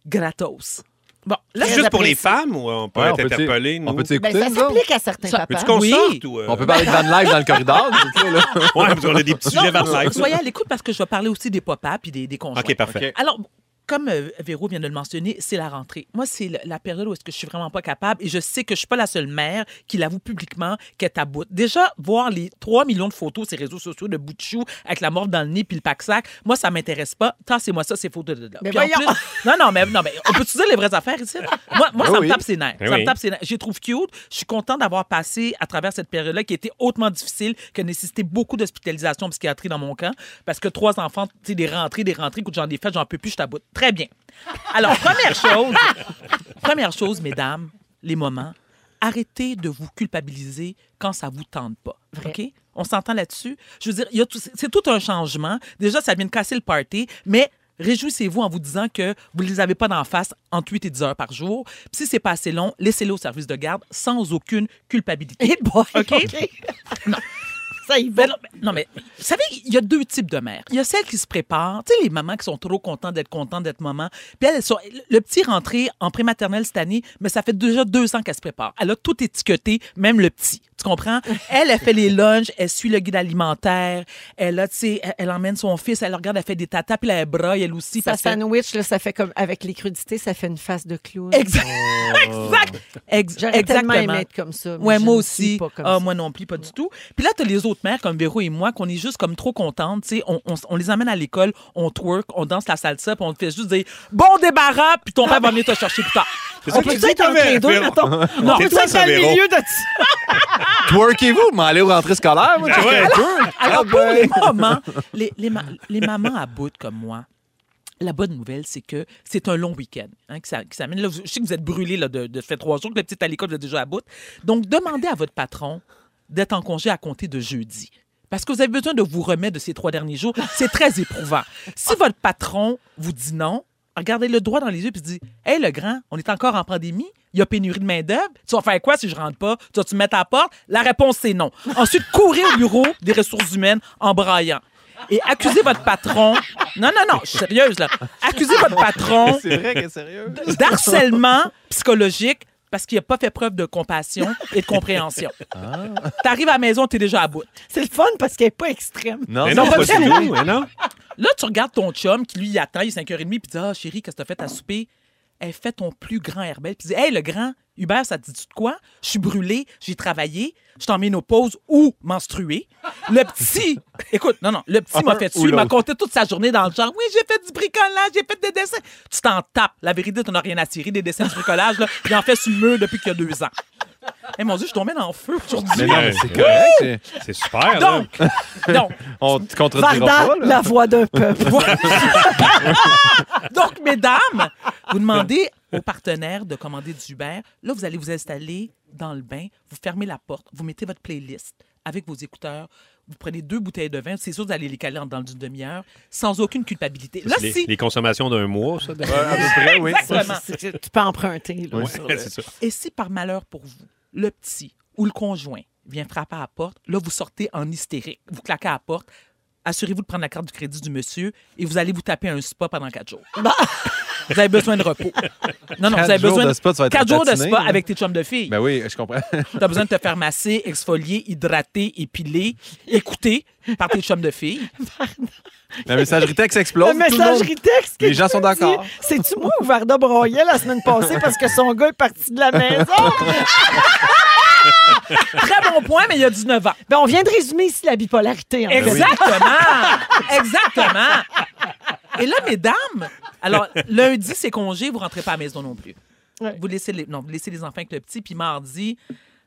gratos. Bon, là Juste pour les femmes ou on peut Ouais, être interpellé, nous? on peut Ben, t'écouter. ça nous autres? s'applique à certains Ça- papas. Veux-tu qu'on Oui. sorte ou... euh, on peut parler de Van Life dans le corridor. tu sais, là. Ouais, parce qu'on a des petits Non, sujets vers so- live. soyez à l'écoute parce que je vais parler aussi des papas puis des, des conjoints. OK, parfait. Alors, comme euh, Véro vient de le mentionner, c'est la rentrée. Moi, c'est le- la période où est-ce que je suis vraiment pas capable et je sais que je suis pas la seule mère qui l'avoue publiquement qu'elle est à bout. Déjà, voir les 3 millions de photos sur les réseaux sociaux de bout de chou avec la mort dans le nez puis le pack-sac, moi, ça m'intéresse pas. Tant c'est moi ça, ces photos de là. Mais Puis en voyons! plus- non, non, mais, non, mais on peut-tu dire les vraies affaires ici? Moi, moi Ben ça oui. me tape ses nerfs. Ben ça oui. me tape ses nerfs. Je les trouve cute. Je suis contente d'avoir passé à travers cette période-là qui était hautement difficile, qui a nécessité beaucoup d'hospitalisation en psychiatrie dans mon camp, parce que trois enfants, tu sais, des rentrées, des rentrées, écoute, j'en ai fait, j'en peux plus, je taboute. Très bien. Alors, première chose, première chose, mesdames, les moments, arrêtez de vous culpabiliser quand ça vous tente pas. OK? On s'entend là-dessus. Je veux dire, il y a tout- c'est tout un changement. Déjà, ça vient de casser le party, mais réjouissez-vous en vous disant que vous ne les avez pas d'en face entre 8 et 10 heures par jour. Puis si c'est pas assez long, laissez-les au service de garde sans aucune culpabilité. Eh boy, OK. Non. Ça y va. Ben non, ben non, mais vous savez, il y a deux types de mères. Il y a celles qui se préparent, tu sais, les mamans qui sont trop contentes d'être contentes d'être maman. Puis elles, elles sont- le petit rentré en prématernelle cette année, mais ça fait déjà deux ans qu'elle se prépare. Elle a tout étiqueté, même le petit. Tu comprends? Elle, elle fait les lunchs, elle suit le guide alimentaire, elle a, tu sais, elle, elle emmène son fils, elle le regarde, elle fait des tatas, puis là, elle braille, elle aussi. Ça parce que- sandwich, là, ça fait comme avec les crudités, ça fait une face de clown. Exact. exact. Ex- J'aurais tellement exactement. aimé être comme ça. mais Ouais, je moi ne suis aussi. pas comme Ah, ça. moi non plus, pas du tout. Puis là, t'as les autres mères comme Véro et moi qu'on est juste comme trop contentes. tu sais. On, on, s- on les amène à l'école, on twerk, on danse la salsa, puis on te fait juste dire bon débarras, puis ton père va venir te chercher plus tard. ça On que peut tu dis, être entre Thomas, les deux, Véro? mettons. Non, C'est Peut-être toi, ça, dans le Véro. milieu de ça. Twerkez-vous, mais allez aux rentrées scolaires. Ben Moi, checker Ah un peu. Alors, Ah pour ben. les mamans, les, les, ma- les mamans à bout comme moi, la bonne nouvelle, c'est que c'est un long week-end hein, qui s'a- qui s'amène. Là, vous- Je sais que vous êtes brûlés là, de, de ça fait trois jours que le petit à l'école vous êtes déjà à bout. Donc, demandez à votre patron d'être en congé à compter de jeudi. Parce que vous avez besoin de vous remettre de ces trois derniers jours. C'est très éprouvant. Si votre patron vous dit non, regardez le droit dans les yeux et dit Hey, le grand, on est encore en pandémie, il y a pénurie de main-d'œuvre, tu vas faire quoi si je rentre pas Tu vas-tu me mettre à la porte La réponse, c'est non. Ensuite, courez au bureau des ressources humaines en braillant. Et accusez votre patron. Non, non, non, je suis sérieuse, là. Accusez votre patron C'est vrai que sérieux. d'harcèlement psychologique parce qu'il n'a pas fait preuve de compassion et de compréhension. T'arrives à la maison, t'es déjà à bout. C'est le fun parce qu'elle n'est pas extrême. Non, Mais c'est non, pas pas du tout, mais non. Là, tu regardes ton chum qui, lui, il attend, il est 5h30, puis il dit Ah, chérie, qu'est-ce que t'as fait à souper elle fait ton plus grand Herbel. Puis dit, hey, le grand, Hubert, ça te dit de quoi? Je suis brûlée, j'ai travaillé, je suis en ménopause ou menstruée. Le petit, écoute, non, non, le petit m'a fait ou dessus, il m'a l'autre. compté toute sa journée dans le genre, oui, j'ai fait du bricolage, j'ai fait des dessins. Tu t'en tapes. La vérité, tu n'as rien à tirer des dessins de bricolage, là. Il en fait sur le mur depuis qu'il y a deux ans. Eh mon Dieu, je tombais dans le feu aujourd'hui. Mais non, mais c'est correct. c'est- C'est super, là. Donc, donc, On te contredira Varda, pas, là. la voix d'un peuple. Voilà. Donc, mesdames, vous demandez aux partenaires de commander du Uber. Là, vous allez vous installer dans le bain, vous fermez la porte, vous mettez votre playlist avec vos écouteurs, vous prenez deux bouteilles de vin, c'est sûr, vous allez les caler en dans d'une demi-heure, sans aucune culpabilité. Là, les, si. les consommations d'un mois, ça. de- Ouais, à peu près, oui. Exactement. C'est- c'est- Tu peux emprunter. là. Ouais, c'est ça. Et si par malheur pour vous, le petit ou le conjoint vient frapper à la porte, là, vous sortez en hystérique, vous claquez à la porte, assurez-vous de prendre la carte du crédit du monsieur et vous allez vous taper un spa pendant quatre jours. vous avez besoin de repos. Non, non, Quatre vous avez jours besoin de spa, tu vas être quatre jours de ratatiné, spa là. avec tes chums de filles. Ben oui, je comprends. T'as besoin de te faire masser, exfolier, hydrater, épiler, écouter par tes chums de filles. La messagerie texte explose. Le tout le monde- messagerie texte. que Les gens tu sont me dis, d'accord. C'est-tu moi ou Varda broyait la semaine passée parce que son gars est parti de la maison? Très bon point, mais il y a 19 ans. Ben, on vient de résumer ici la bipolarité. en fait. Exactement! Exactement! Et là, mesdames, alors, lundi, c'est congé, vous rentrez pas à la maison non plus. Ouais. Vous, laissez les, non, vous laissez les enfants avec le petit, puis mardi,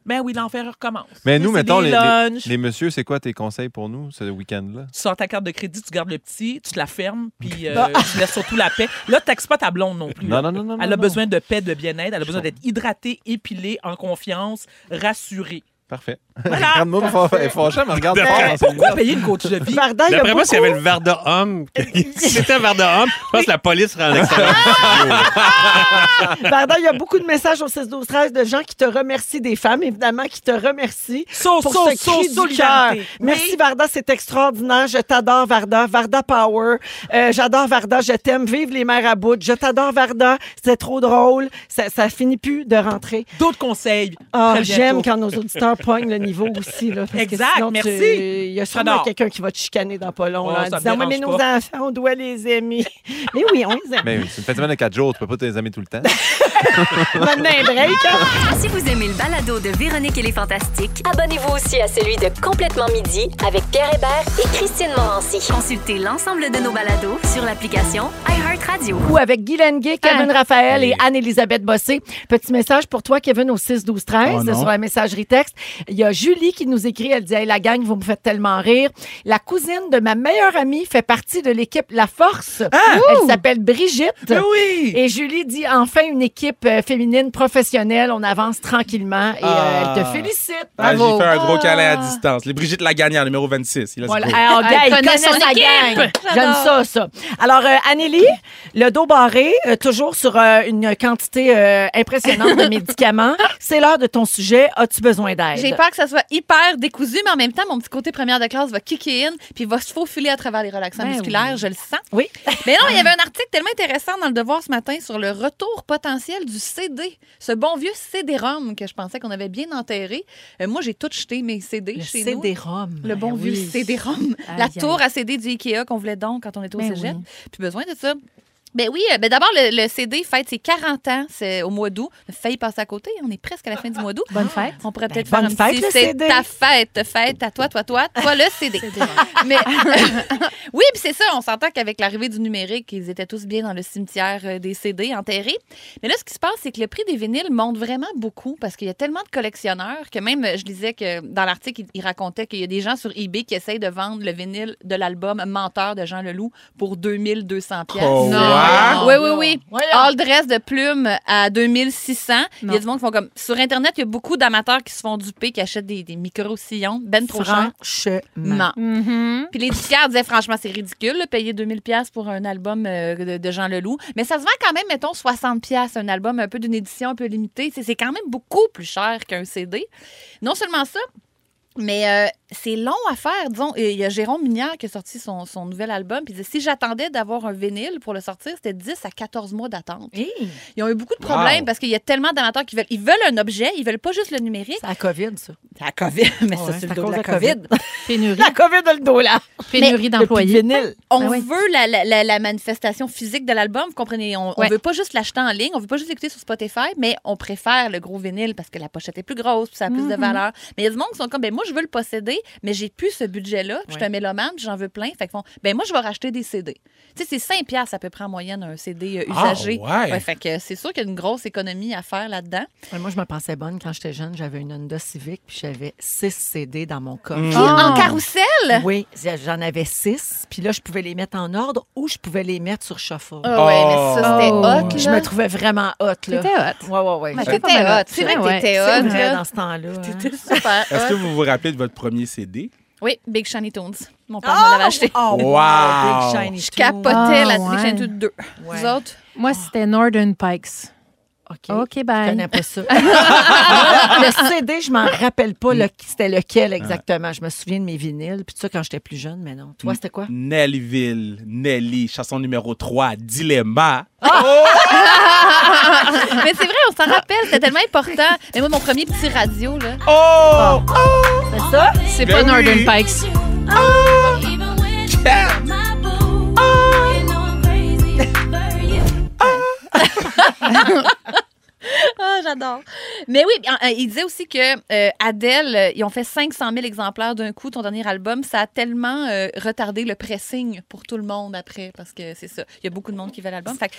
ben oui, l'enfer recommence. Mais nous, C'est mettons, des les, les, lunchs. les messieurs, c'est quoi tes conseils pour nous ce week-end-là? Tu sors ta carte de crédit, tu gardes le petit, tu te la fermes, puis euh, tu laisses surtout la paix. Là, tu pas ta blonde non plus. Non, là. non, non, non. Elle non, a non. besoin de paix, de bien-être. Elle a besoin d'être hydratée, épilée, en confiance, rassurée. Parfait. Regarde-moi, il faut- il faut jamais regarde D'après- pas. Eh, Pourquoi payer une coach de vie? Varda, il y a D'après moi, s'il y beaucoup- avait le Varda homme, si c'était un Varda homme, je pense que la police serait en extérieur. Varda, il y a beaucoup de messages au 16 12 13 de gens qui te remercient, des femmes, évidemment, qui te remercient So, pour so, ce so, cri du cœur. solidarité. Merci, Varda, c'est extraordinaire. Je t'adore, Varda. Varda Power. Euh, J'adore Varda, je t'aime. Vive les mères à bout. Je t'adore, Varda. C'est trop drôle. Ça, ça finit plus de rentrer. D'autres conseils. Ah, Très bientôt. j'aime quand nos auditeurs pognent le niveau aussi. Là, parce que Exact, sinon, tu- merci. Il y a sûrement J'adore. quelqu'un qui va te chicaner dans pas long Oh, là, ça en me disant Oui, mais nos dérange enfants, on doit les aimer. mais oui, on les aime. Mais oui, c'est une fin de semaine de 4 jours, tu peux pas te les aimer tout le temps. Maintenant, un break. hein? Si vous aimez le balado de Véronique et les Fantastiques, Abonnez-vous aussi à celui de Complètement Midi avec Pierre Hébert et Christine Morancy. consultez l'ensemble de nos balados sur l'application iHeartRadio. Ou avec Guy Lenguet, Hein? Kevin Raphaël et Anne-Elisabeth Bossé. Petit message pour toi, Kevin, au 6 12 13 Oh non. sur la messagerie texte. Il y a Julie qui nous écrit, elle dit hey, la gang, vous me faites tellement rire. La cousine de ma meilleure amie fait partie de l'équipe La Force. Ah! Elle s'appelle Brigitte. Mais oui! Et Julie dit enfin une équipe euh, féminine professionnelle. On avance tranquillement et euh, Ah. elle te félicite. Ah, J'ai Bravo. Ah. fait un gros câlin à distance. Les Brigitte Lagagnère, numéro 26. Let's Voilà. go. Alors, Oh, gars, Elle il connaît connaît son sa équipe. gang. J'aime ça, ça. Alors, euh, Anneli, le dos barré, euh, toujours sur euh, une quantité euh, impressionnante de médicaments. C'est l'heure de ton sujet. As-tu besoin d'aide? J'ai peur que ça soit hyper décousu, mais en même temps, mon petit côté première de classe va kicker in puis va se faufiler à travers les relaxants Ben musculaires, je le sens. Oui. Mais non, il y avait un article tellement intéressant dans le Devoir ce matin sur le retour potentiel du CD. Ce bon vieux CD-ROM que je pensais qu'on avait bien enterré. Euh, moi, j'ai tout jeté mes CD chez nous. CD-ROM. Le bon vieux CD-ROM. Ben Aïe, La aïe. tour à CD du Ikea qu'on voulait donc quand on était au Ben cégep. Puis besoin de ça. Ben oui, euh, ben d'abord, le, le CD fête ses 40 ans c'est au mois d'août. On a failli passer à côté. On est presque à la fin du mois d'août. Bonne fête. Ben, On pourrait peut-être bonne faire un fête, petit le C'est CD. ta fête, fête à toi, toi, toi, toi, le CD. Mais oui, puis c'est ça, on s'entend qu'avec l'arrivée du numérique, ils étaient tous bien dans le cimetière euh, des CD enterrés. Mais là, ce qui se passe, c'est que le prix des vinyles monte vraiment beaucoup parce qu'il y a tellement de collectionneurs que même, euh, je disais que dans l'article, il, il racontait qu'il y a des gens sur eBay qui essayent de vendre le vinyle de l'album Menteur de Jean Leloup pour 2200 pièces. Oh, Non. ouais? Oui, oui, oui. All dress de plumes à 2600. Il y a Non. du monde qui font comme. Sur Internet, il y a beaucoup d'amateurs qui se font duper, qui achètent des, des micro-sillons, ben trop chers. Franchement. Mm-hmm. Non. Puis les disquaires disaient franchement, c'est ridicule, là, payer 2000 pièces pour un album euh, de, de Jean Leloup. Mais ça se vend quand même, mettons, 60 pièces un album un peu d'une édition un peu limitée. C'est- C'est quand même beaucoup plus cher qu'un CD. Non seulement ça, mais euh, c'est long à faire, disons. Et Il y a Jérôme Mignard qui a sorti son, son nouvel album. Puis il dit, si j'attendais d'avoir un vinyle pour le sortir, c'était 10 à 14 mois d'attente. Ils ont eu beaucoup de problèmes Wow. parce qu'il y a tellement d'amateurs qui veulent. Ils veulent un objet, ils veulent pas juste le numérique. C'est la COVID, ça. La COVID, mais Ouais. ça, c'est C'est le à dos cause de la de la COVID. COVID. Pénurie. La COVID a le dos là. Pénurie d'employés. Ben On Ben Ah oui. veut la, la- la- la manifestation physique de l'album, vous comprenez? On, on Ouais. veut pas juste l'acheter en ligne, on veut pas juste l'écouter sur Spotify, mais on préfère le gros vinyle parce que la pochette est plus grosse, puis ça a plus de Mhm. valeur. Mais il y a du monde qui sont comme, ben moi, je veux le posséder, mais j'ai plus ce budget-là, puis je suis un mélomane, puis j'en veux plein. Fait qu'ils font, ben moi, je vais racheter des CD. Tu sais, c'est 5 piastres à peu près en moyenne un CD euh, Ah, usagé. ouais. fait que c'est sûr qu'il y a une grosse économie à faire là-dedans. Ouais, Moi, je me pensais bonne quand j'étais jeune. J'avais une Honda Civic, puis j'avais six CD dans mon coffre. Mm. Ah. En carrousel? Oui, j'en avais six. Puis là, je pouvais les mettre en ordre ou je pouvais les mettre sur shuffle. Ah ouais, mais ça, c'était hot, Je là. me trouvais vraiment hot, là. T'étais hot. Ouais, ouais, ouais. Mais J'étais t'étais pas mal hot. C'est vrai que Ouais. t'étais C'est hot, vrai, là. dans ce temps-là. hein. T'étais super Est-ce que euh, hot. vous vous rappelez de votre premier CD? Oui, Big Shiny Tunes. Mon père me l'avait acheté. Oh, Wow! Big Shiny Je Tunes. capotais Ah, la ouais. Big Shiny Tunes 2. Vous autres? Moi, c'était Northern Pikes. OK. OK, bye. Je connais pas ça. le CD, je m'en rappelle pas Mm. le- c'était lequel exactement. Je me souviens de mes vinyles, puis tout ça quand j'étais plus jeune, mais non. Mm. Toi, c'était quoi? Nellyville, Nelly, chanson numéro 3, Dilemma. Mais c'est vrai, on s'en rappelle, c'était tellement important. Mais moi, mon premier petit radio, là. Oh! C'est ça? C'est Ben pas Northern oui. Pikes. Ah! Ah, j'adore. Mais oui, en- euh, il disait aussi que euh, Adèle, euh, ils ont fait 500 000 exemplaires d'un coup, ton dernier album. Ça a tellement euh, retardé le pressing pour tout le monde après, parce que c'est ça. Il y a beaucoup de monde qui veut l'album. Fait que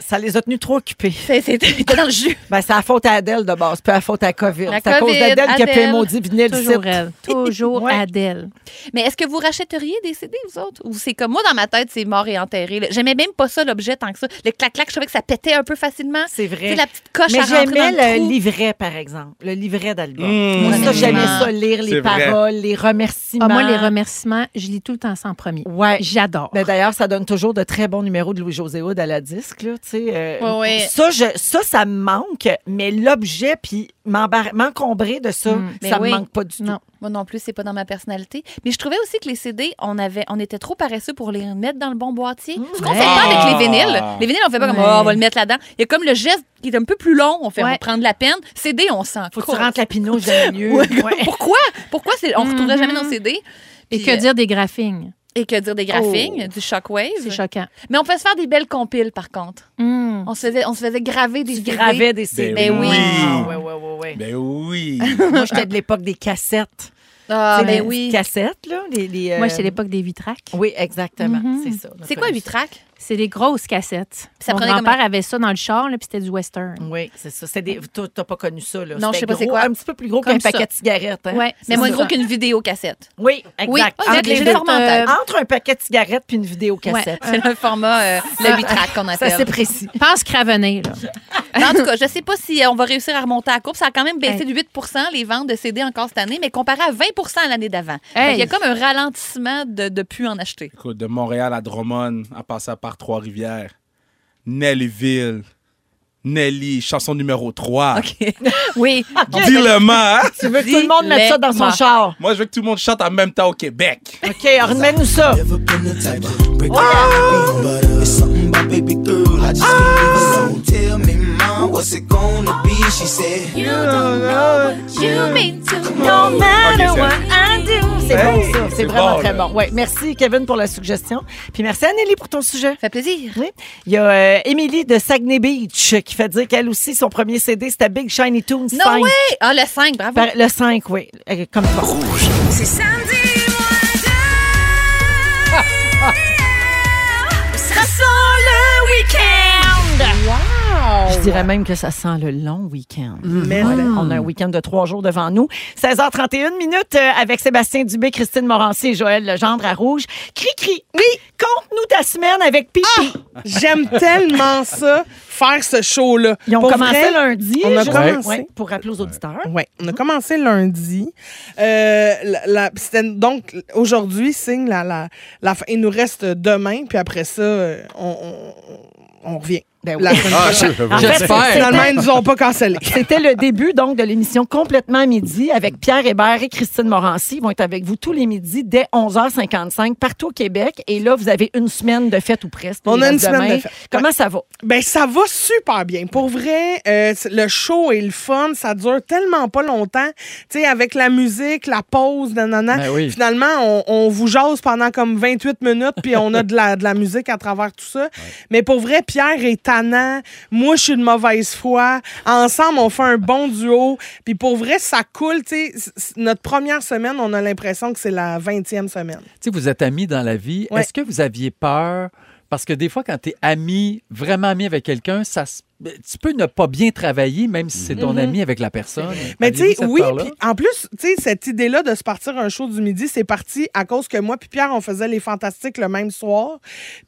Ça les a tenus trop occupés. C'était dans le jus. Ben, c'est la faute à Adèle de base, puis la faute à COVID. La C'est à cause COVID, d'Adèle qui a payé Adèle. maudit vinyle Toujours site. elle. Toujours Adèle. Mais est-ce que vous rachèteriez des CD, vous autres? Ou c'est comme moi, dans ma tête, c'est mort et enterré. là. J'aimais même pas ça, l'objet, tant que ça. Le clac-clac, je savais que ça pétait un peu facilement. C'est vrai. Tu sais, la petite coche Mais à rentrer j'aimais dans le le, trou. livret, par exemple. Le livret d'album. Mmh. Moi, ça, Honnêtement. j'aimais ça, lire les C'est vrai. paroles, les remerciements. Ah, moi, les remerciements, je lis tout le temps ça en premier. Ouais. J'adore. Mais d'ailleurs, ça donne toujours de très bons numéros de Louis-José Hood à la disque. Là, tu sais, euh, Ouais, ouais. Ça, je, ça, ça me manque, mais l'objet, puis m'embar- m'encombrer de ça, Mm. Mais ça oui. me manque pas du tout. Moi non plus, c'est pas dans ma personnalité. Mais je trouvais aussi que les CD, on avait, on était trop paresseux pour les mettre dans le bon boîtier. Mm. Ce qu'on fait pas avec les vinyles. Ah. Les vinyles, on fait pas comme, Ouais. oh, on va le mettre là-dedans. Il y a comme le geste qui est un peu plus long. On fait on Ouais. va prendre la peine. CD, on sent. Faut que tu rentres la pinot, j'aime mieux. Mm-hmm. Pourquoi? Pourquoi c'est- on retrouvera jamais nos CD? Et Puis, que euh, dire des graphings? Et que dire des graphings, Oh. du shockwave. C'est choquant. Mm. Mais on peut se faire des belles compiles, par contre. On, se faisait, on se faisait graver des CD. gravais des CD. Ben oui. Ah, ouais, ouais, ouais, ouais. Ben oui. Moi, j'étais de l'époque des cassettes. Ah, Tu sais, ben les oui. petites Cassettes, là. Les, les, Moi, euh, j'étais à l'époque des vitraques. Oui, exactement. C'est ça. C'est quoi, vitraque? C'est des grosses cassettes. ça Mon prenait comme- grand-père avait ça dans le char, là, puis c'était du western. Oui, c'est ça. C'est des... Toi, t'as pas connu ça, là. Ah. Non, je sais C'était pas c'est gros, quoi. Un petit peu plus gros Comme qu'un ça. paquet de cigarettes. Hein. Ouais, Mais moins C'est gros ça. qu'une vidéocassette. Oui, Oui, exact. ah, entre, j'ai les le deux- euh, format mental. entre un paquet de cigarettes puis une vidéocassette. Ouais, c'est le format, euh, le huit-track qu'on appelle. Ça, c'est précis. Pense cravenner, là. en tout cas, je ne sais pas si euh, on va réussir à remonter à la courbe. Ça a quand même baissé de 8 les ventes de CD encore cette année, mais comparé à 20 à l'année d'avant. Hey. Il y a comme un ralentissement de ne plus en acheter. Écoute, de Montréal à Drummond, en passant par Trois-Rivières, Nellyville, Nelly, chanson numéro 3. Oui. Dilemma. hein? Tu veux que tout le monde mette ça dans son Dilemma. char. Moi, je veux que tout le monde chante en même temps au Québec. OK, remets-nous ça. Ah! You don't know what you mean to No matter Ok, what I do. C'est bon, Hey, ça. C'est c'est vraiment bon, très là. bon. Ouais. Merci, Kevin, pour la suggestion. Puis merci, Anneli, pour ton sujet. Ça fait plaisir. Oui. Il y a euh, Émilie de Saguenay Beach qui fait dire qu'elle aussi, son premier CD, c'était Big Shiny Tunes Non, 5. oui! Ah, le 5, bravo. Par- Ben, le 5, oui. Euh, Comme toi. Rouge. C'est samedi, Ça sent le week-end! Je dirais même que ça sent le long week-end. Ouais, On a un week-end de trois jours devant nous. 16h31 minutes euh, avec Sébastien Dubé, Christine Morancy et Joël Legendre à Rouge. Cri-cri. Oui. Compte-nous ta semaine avec Pipi. Ah! J'aime tellement ça, faire ce show-là. Ils ont Pour commencé vrai, lundi. On a je- commencé. Ouais, pour rappeler aux auditeurs. Oui, on a commencé lundi. Euh, la- la- c'était donc, aujourd'hui, signe la, la, la fin. Il nous reste demain, puis après ça, euh, on, on- on revient. Ben oui. la semaine Ah, prochaine. sûr, En fait, j'espère. Finalement, ils nous ont pas cancellé. C'était le début donc de l'émission Complètement à midi avec Pierre Hébert et Christine Morancy. Ils vont être avec vous tous les midis dès 11h55 partout au Québec. Et là, vous avez une semaine de fête ou presque. On Il a une reste semaine demain. de fête. Comment ça va? Ben, ça va super bien. Pour vrai, euh, c- le show et le fun, ça dure tellement pas longtemps. Tu sais, avec la musique, la pause, nanana. Ben oui. Finalement, on, on vous jase pendant comme 28 minutes, puis on a de la, de la musique à travers tout ça. Mais pour vrai, Pierre est tannant. Moi, je suis de mauvaise foi. Ensemble, on fait un bon duo. Puis pour vrai, ça coule. Tu sais, c- c- notre première semaine, on a l'impression que c'est la 20e semaine. Tu sais, vous êtes amis dans la vie. Ouais. Est-ce que vous aviez peur? Parce que des fois, quand tu es ami, vraiment ami avec quelqu'un, ça se- tu peux ne pas bien travailler, même si c'est ton Mhm. ami avec la personne. Mais tu Aviez-vous sais, cette oui, peur-là? puis en plus, tu sais, cette idée-là de se partir un show du midi, c'est parti à cause que moi puis Pierre, on faisait les Fantastiques le même soir.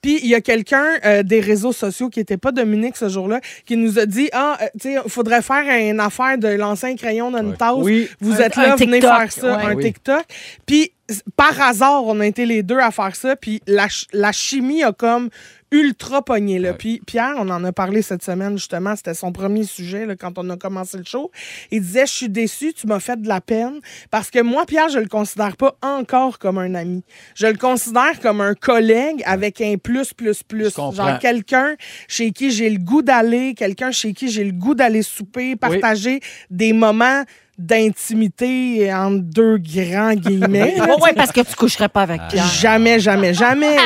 Puis il y a quelqu'un euh, des réseaux sociaux qui n'était pas Dominique ce jour-là, qui nous a dit, ah, euh, tu sais, il faudrait faire une affaire de lancer un crayon dans une tasse. Oui. Vous Un- êtes là, un venez TikTok, faire ça, ouais. un Oui. TikTok. Puis s- par hasard, on a été les deux à faire ça, puis la, ch- la chimie a comme ultra pogné là. Puis Pierre, on en a parlé cette semaine justement, c'était son premier sujet là, quand on a commencé le show. Il disait je suis déçu, tu m'as fait de la peine parce que moi Pierre, je le considère pas encore comme un ami. Je le considère comme un collègue avec un plus plus plus, genre quelqu'un chez qui j'ai le goût d'aller, quelqu'un chez qui j'ai le goût d'aller souper, partager des moments d'intimité entre deux grands guillemets. Ouais, ouais, parce que tu coucherais pas avec Pierre. Ah. Jamais, jamais, jamais.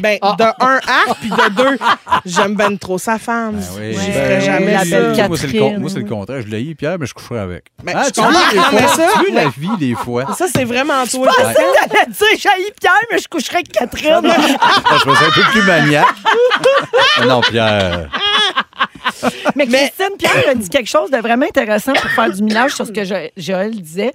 Ben, de un arc, puis de deux, j'aime ben trop sa femme. J'y Ben ferais jamais Ben la ça. belle Moi, c'est le, con- moi, c'est le contraire. Je l'ai eu, Pierre, mais je coucherai avec. Ben, Ah, je tu veux comprends, des non, mais fois, ça- tu veux la Ouais. vie des fois. Ça, c'est vraiment toi. pensais Pascal. que T'allais dire, j'haïs Pierre, mais je coucherais avec Catherine. Ah, je me sens un peu plus maniaque. Ah non, Pierre. Mais Christine, Pierre a dit quelque chose de vraiment intéressant pour faire du millage sur ce que Jo- Joël disait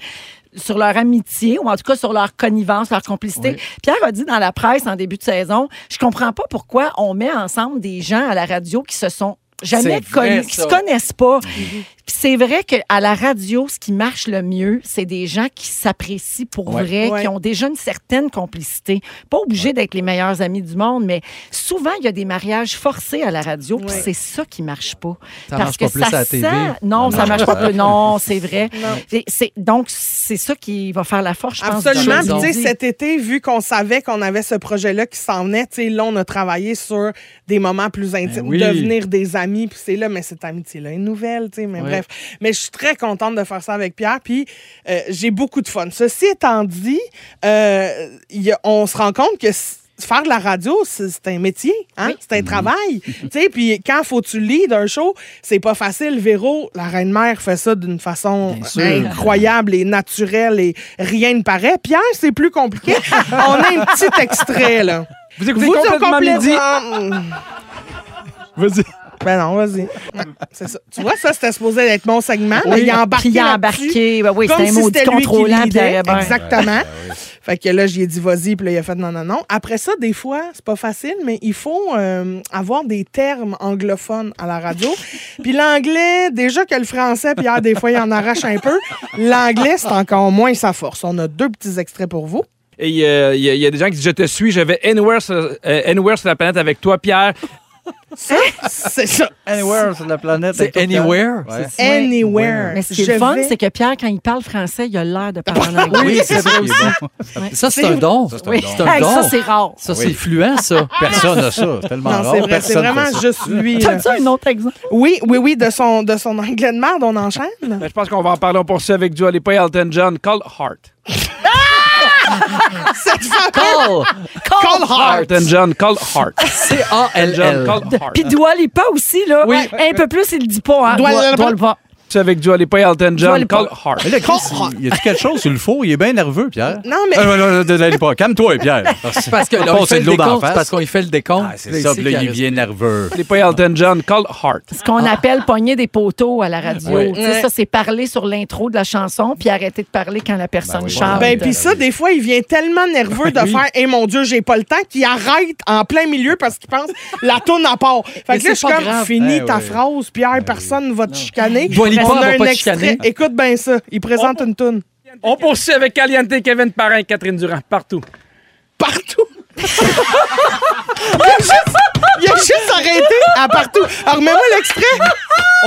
sur leur amitié ou en tout cas sur leur connivence, leur complicité. Pierre a dit dans la presse en début de saison, je comprends pas pourquoi on met ensemble des gens à la radio qui se sont jamais C'est vrai, connus, qui se ça. connaissent pas. Puis C'est vrai qu'à la radio, ce qui marche le mieux, c'est des gens qui s'apprécient pour Ouais. vrai, Ouais. qui ont déjà une certaine complicité. Pas obligé d'être les meilleurs amis du monde, mais souvent, il y a des mariages forcés à la radio, puis c'est ça qui marche pas. Ça marche pas plus à la TV. sent- Non, Ça ça marche marche pas pas. plus. Non, c'est vrai. Non. C'est- c'est- donc, c'est ça qui va faire la force, je pense. Absolument. du Puis, tu sais, jeudi. cet été, vu qu'on savait qu'on avait ce projet-là qui s'en venait, tu sais, là, on a travaillé sur des moments plus intimes, oui. devenir des amis. Puis c'est là, mais cette amitié-là est nouvelle, tu sais. Mais Ouais. bref. Mais je suis très contente de faire ça avec Pierre. Puis euh, j'ai beaucoup de fun. Ceci étant dit, euh, il y a- on se rend compte que c- faire de la radio, c'est c'est un métier, hein? c'est un travail. tu sais, puis quand faut que tu lead un show, c'est pas facile. Véro, la reine-mère, fait ça d'une façon euh, sûr. Hein, Mm. incroyable et naturelle et rien ne paraît. Pierre, c'est plus compliqué. On a un petit extrait, là. Vous écoutez Complètement Midi. Vas-y. Ben non, vas-y. Ouais, C'est ça. Tu vois, ça, c'était supposé être mon segment, mais Oui. il a embarqué. Puis il a là-dessus, embarqué. Ben oui, comme c'est un si maudit c'était lui qui contrôlant, leadait. Pierre Hébert. Exactement. Fait que là, j'ai dit vas-y, puis là, il a fait non, non, non. Après ça, des fois, c'est pas facile, mais il faut euh, avoir des termes anglophones à la radio. Puis l'anglais, déjà que le français, puis ah, des fois, il en arrache un peu. L'anglais, c'est encore moins sa force. On a deux petits extraits pour vous. Et il y, a- y a des gens qui disent Je te suis, je vais anywhere sur, euh, anywhere sur la planète avec toi, Pierre. Ça, c'est ça. Anywhere sur la planète. C'est avec toi, anywhere. Pierre. Ouais. Anywhere. Mais ce qui est Je le fun, vais- c'est que Pierre, quand il parle français, il a l'air de parler Ah en anglais. Oui, c'est vrai aussi. Ouais. Ça, c'est un don. Ça, c'est un Oui. don. Hey, ça, c'est rare. Ça, Oui. c'est fluent, ça. Personne n'a ça. C'est tellement Non, rare. c'est vrai, c'est Personne vraiment fait ça. juste lui. T'as-tu un autre exemple? Oui, oui, oui, de son, de son anglais de merde, on enchaîne. Ben, je pense qu'on va en parler. On poursuit avec du Lipa et Elton John. Call Heart. Cette femme- Call. Call Heart. Elton John, Call Heart. C-A-L-L. John, Call Heart. Puis hein. Dua Lipa aussi, là. Un peu plus, il le dit pas. Hein. Dua Lipa. Dua Lipa. Poursuit avec du Lipa et Elton John. Lipa. Call Heart. Mais là, Chris, il- y a-tu quelque chose sur le four? Il est bien nerveux, Pierre. Non, Ah, non, non, non, allez pas. Calme-toi, Pierre. Parce que là, on Passer fait de le l'eau dans la décompte. face. Ah, Parce qu'on y fait le décompte. C'est ça, puis là, il vient nerveux. Lipa et Elton John. Call Heart. Ce qu'on appelle pogner des poteaux à la radio. Oui. Tu sais, Ah. Ouais. Ça, c'est parler sur l'intro de la chanson puis arrêter de parler quand la personne chante. Ben, puis ça, des fois, il vient tellement nerveux de faire Eh mon Dieu, j'ai pas le temps, qu'il arrête en plein milieu parce qu'il pense la tourne à part. Mais Fait que là, c'est je suis pas comme grave. Finis Eh ta ouais. phrase, Pierre, personne ne va te chicaner. Dua Lipa On a va un pas te extrait. chicaner. Écoute bien ça. Il présente une toune. On poursuit avec Caliente, Kevin Parrain, Catherine Durand. Partout. Partout. Il a juste, il a juste arrêté à partout. Alors, remets-moi l'extrait.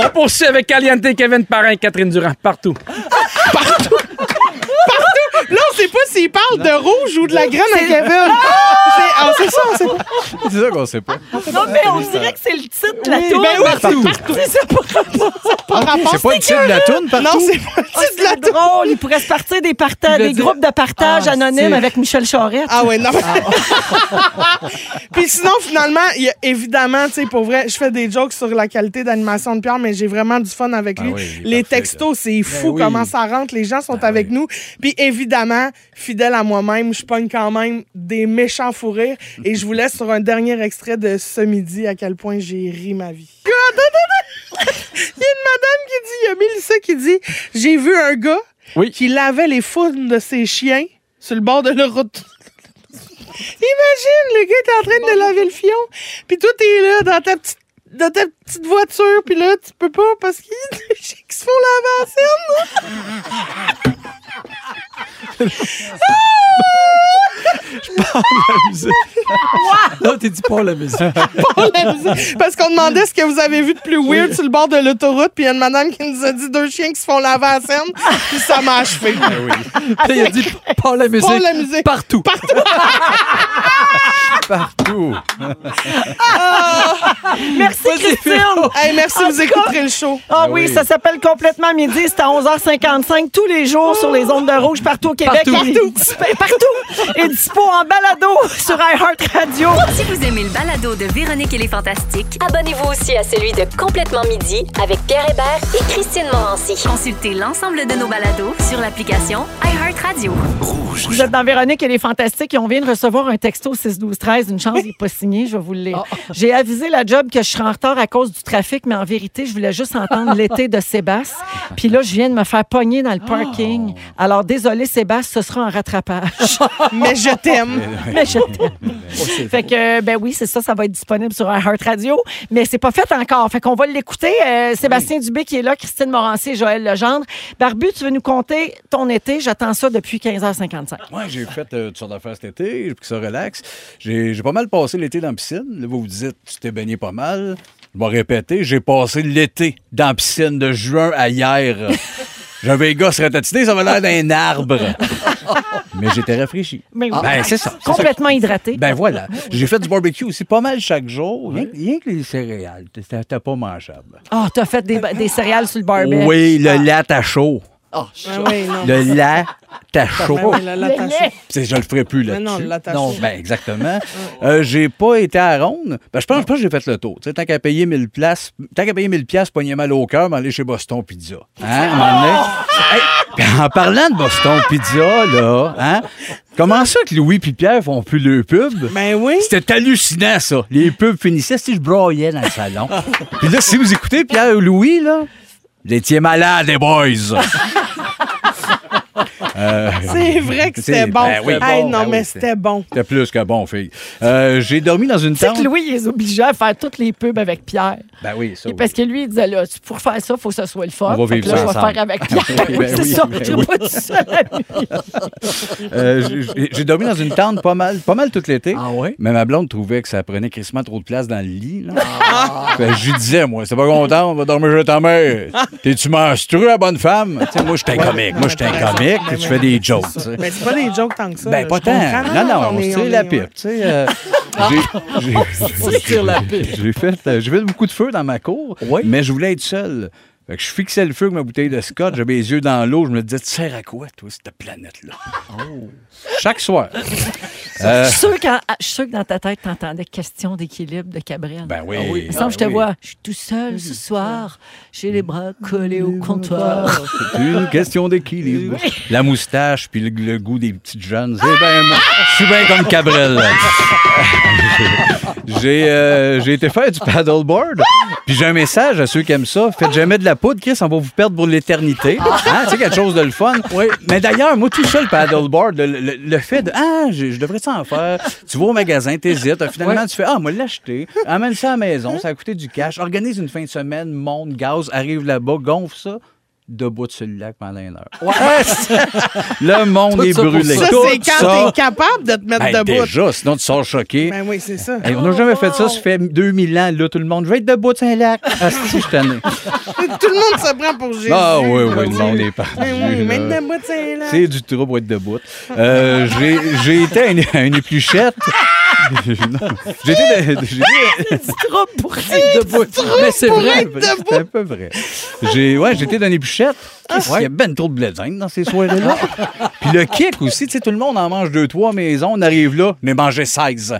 On poursuit avec Caliente, Kevin Parrain, Catherine Durand, partout. Partout. Partout. Là, on sait pas s'il parle de rouge ou de la graine à Kevin. C'est ah, c'est ça, on sait pas. C'est ça qu'on sait pas. Non, mais on dirait que c'est le titre de la Oui, tour. ben oui, c'est partout. C'est pas rapport. C'est pas le titre de la toune partout? Non, c'est pas le Ah, c'est drôle. Il pourrait se partir des, partages, Le des dire- groupes de partage Ah, anonymes c'est- avec Michel Charette. Ah ouais, non. Puis sinon, finalement, il y a- évidemment, tu sais, pour vrai, je fais des jokes sur la qualité d'animation de Pierre, mais j'ai vraiment du fun avec lui. les textos, c'est fou oui. comment ça rentre. Les gens sont avec nous. Puis évidemment, fidèle à moi-même, je pogne quand même des méchants fous rires. Et je vous laisse sur un dernier extrait de ce midi à quel point j'ai ri ma vie. God, attends, attends, attends. Il y a une madame qui dit, il y a Mélissa qui dit, j'ai vu un gars qui lavait les foules de ses chiens sur le bord de la route. Imagine, le gars est en train de laver le fion, puis toi, t'es là dans ta petite dans ta petite voiture, puis là, tu peux pas parce qu'il y a des chiens qui se font laver Je en scène. parle de la musique. Non, t'es dit pas la musique. Pour la musique. Parce qu'on demandait ce que vous avez vu de plus weird sur le bord de l'autoroute, puis il y a une madame qui nous a dit deux chiens qui se font laver en scène, puis ça m'a achevé. Puis Ben il a dit pas la musique. Pour la musique. Partout. Partout. Partout. Ah! Merci, Christine. Hey, merci, En vous tout cas- écouterez le show. Ah Ben oui, oui. ça s'appelle Complètement Midi. C'est à 11h55 tous les jours sur les ondes de rouge partout au Québec. Partout. Et dispo- partout. Et dispo en balado sur iHeartRadio. Si vous aimez le balado de Véronique et les Fantastiques, abonnez-vous aussi à celui de Complètement Midi avec Pierre Hébert et Christine Morancy. Consultez l'ensemble de nos balados sur l'application iHeartRadio. Vous êtes dans Véronique et les Fantastiques et on vient de recevoir un texto 6-12-13. Une chance, il n'est pas signé, je vais vous le lire. Ah. J'ai avisé la job que je serai en retard à cause du trafic, mais en vérité, je voulais juste entendre l'été de Sébastien. Puis là, je viens de me faire pogner dans le Oh. parking. Alors, désolé, Sébastien, ce sera en rattrapage. Mais je t'aime. Mais je t'aime. fait que, euh, ben oui, c'est ça, ça va être disponible sur iHeartRadio, mais c'est pas fait encore. Fait qu'on va l'écouter. Euh, Sébastien Dubé qui est là, Christine Morancier, Joël Legendre. Barbu, tu veux nous compter ton été? J'attends ça depuis 15h55. Ouais, j'ai fait euh, toutes sortes d'affaires cet été, j'ai pris ça relax. J'ai j'ai pas mal passé l'été dans la piscine. Là, vous vous dites, tu t'es baigné pas mal. Je vais répéter, j'ai passé l'été dans la piscine de juin à hier. J'avais les gars se ratatiner, ça avait l'air d'un arbre. Mais j'étais rafraîchi. Mais oui. Ben, c'est ça. c'est ça. Complètement hydraté. Ben voilà. J'ai fait du barbecue aussi pas mal chaque jour. Rien, que- rien que les céréales, c'était pas mangeable. Ah, t'as fait des, des céréales sur le barbecue. Oui, le lait à chaud. Oh, Le lait à chaud. Ben oui, le lait à chaud. C'est- Je le ferai plus Mais là-dessus. non, le lait à chaud. ben, exactement. Euh, j'ai pas été à la ronde. Ben, je pense pas que j'ai fait le tour. Tu sais, tant qu'à payer 1000 places, tant qu'à payer 1000 pièces, poignet mal au cœur, m'aller chez Boston Pizza. Hein, à un moment donné? Oh! Hey, puis en parlant de Boston Pizza, là, hein, comment ça que Louis et Pierre font plus le pub? Ben oui. C'était hallucinant, ça. Les pubs finissaient, si je broyais dans le salon. puis là, si vous écoutez Pierre et Louis, là, vous étiez malades, les boys. Euh, C'est vrai que c'était c'est- bon. ben oui. Hey, Bon, non, ben mais oui, c'était bon. C'était plus que bon, fille. Euh, j'ai dormi dans une Tu sais tente. que Louis, il est obligé à faire toutes les pubs avec Pierre. Ben oui, ça. Et Parce que lui, il disait, là, pour faire ça, il faut que ça soit le fun. On va Fait vivre que là, ça je vais ensemble. faire avec Pierre. Ben c'est oui, ça, ben je serai oui. pas tout seul la nuit. Euh, j'ai- j'ai- j'ai dormi dans une tente pas mal, pas mal tout l'été. Ah ouais? Mais ma blonde trouvait que ça prenait crissement trop de place dans le lit. là. Ben, Fait que je lui disais, moi, c'est pas content, on va dormir chez ta mère. T'es-tu menstrué, la bonne femme? Tu sais, moi, j'étais un comique. Moi, j'étais un comique, puis je fais des jokes. tu sais. Mais c'est pas des jokes tant que ça. Ben, là, pas Euh, je comprends. tant. Non, non, on est- on c'est est- la pipe. Tu sais, euh, j'ai- j'ai- se tire la pipe. J'ai fait, euh, j'ai fait beaucoup de feu dans ma cour, mais je voulais être seul. Fait que je fixais le feu avec ma bouteille de Scott, j'avais les yeux dans l'eau, je me disais, tu sers à quoi, toi, cette planète-là? Oh. Chaque soir. Euh, Je suis sûre qu'en- ah, je suis sûre que dans ta tête, t'entendais question d'équilibre de Cabrel. Ben oui. Ah Il me semble que je te Ben oui. vois. Je suis tout seul ce soir. J'ai les bras collés au comptoir. c'est une question d'équilibre. La moustache puis le, le goût des petites jeunes, c'est bien moi. Je suis bien comme Cabrel. j'ai euh, j'ai été faire du paddleboard. Puis j'ai un message à ceux qui aiment ça. Faites jamais de la poudre, Chris, on va vous perdre pour l'éternité. Hein, c'est quelque chose de le fun. Mais d'ailleurs, moi, tout ça, le paddleboard, le, le- le fait de Ah, je, je devrais ça en faire. Tu vas au magasin, t'hésites. Finalement, Ouais. tu fais Ah, moi, l'acheter. Hein? Amène ça à la maison, ça a coûté du cash. Organise une fin de semaine, monte, gaz, arrive là-bas, gonfle ça. debout sur le lac pendant une heure. Ouais. le monde Tout est ça pour brûlé. Ça, c'est Tout quand ça. t'es capable de te mettre Ben, debout. Déjà, sinon tu sors choqué. Ben oui, c'est ça. Oh, Hey, on n'a jamais fait ça, ça fait 2000 ans, là, tout le monde. Je vais être debout sur un lac. Ah, si, je t'en ai. Tout le monde se prend pour Jésus. Ah, oui, oui, le monde est parti. Mais oui, là. maintenant, moi, tiens, là. C'est du trou pour être debout. Euh, j'ai, j'ai été à une, à une épluchette. Non. J'ai été de- de- j'ai Ah, été- trop pour debout. Mais c'est pour vrai. être C'est un peu vrai. J'ai, ouais, j'étais dans les pichettes. Ah. Il y a ben trop de blédine dans ces soirées-là. Puis le kick aussi, tu sais, tout le monde en mange deux, trois maisons. On arrive là, mais manger 16.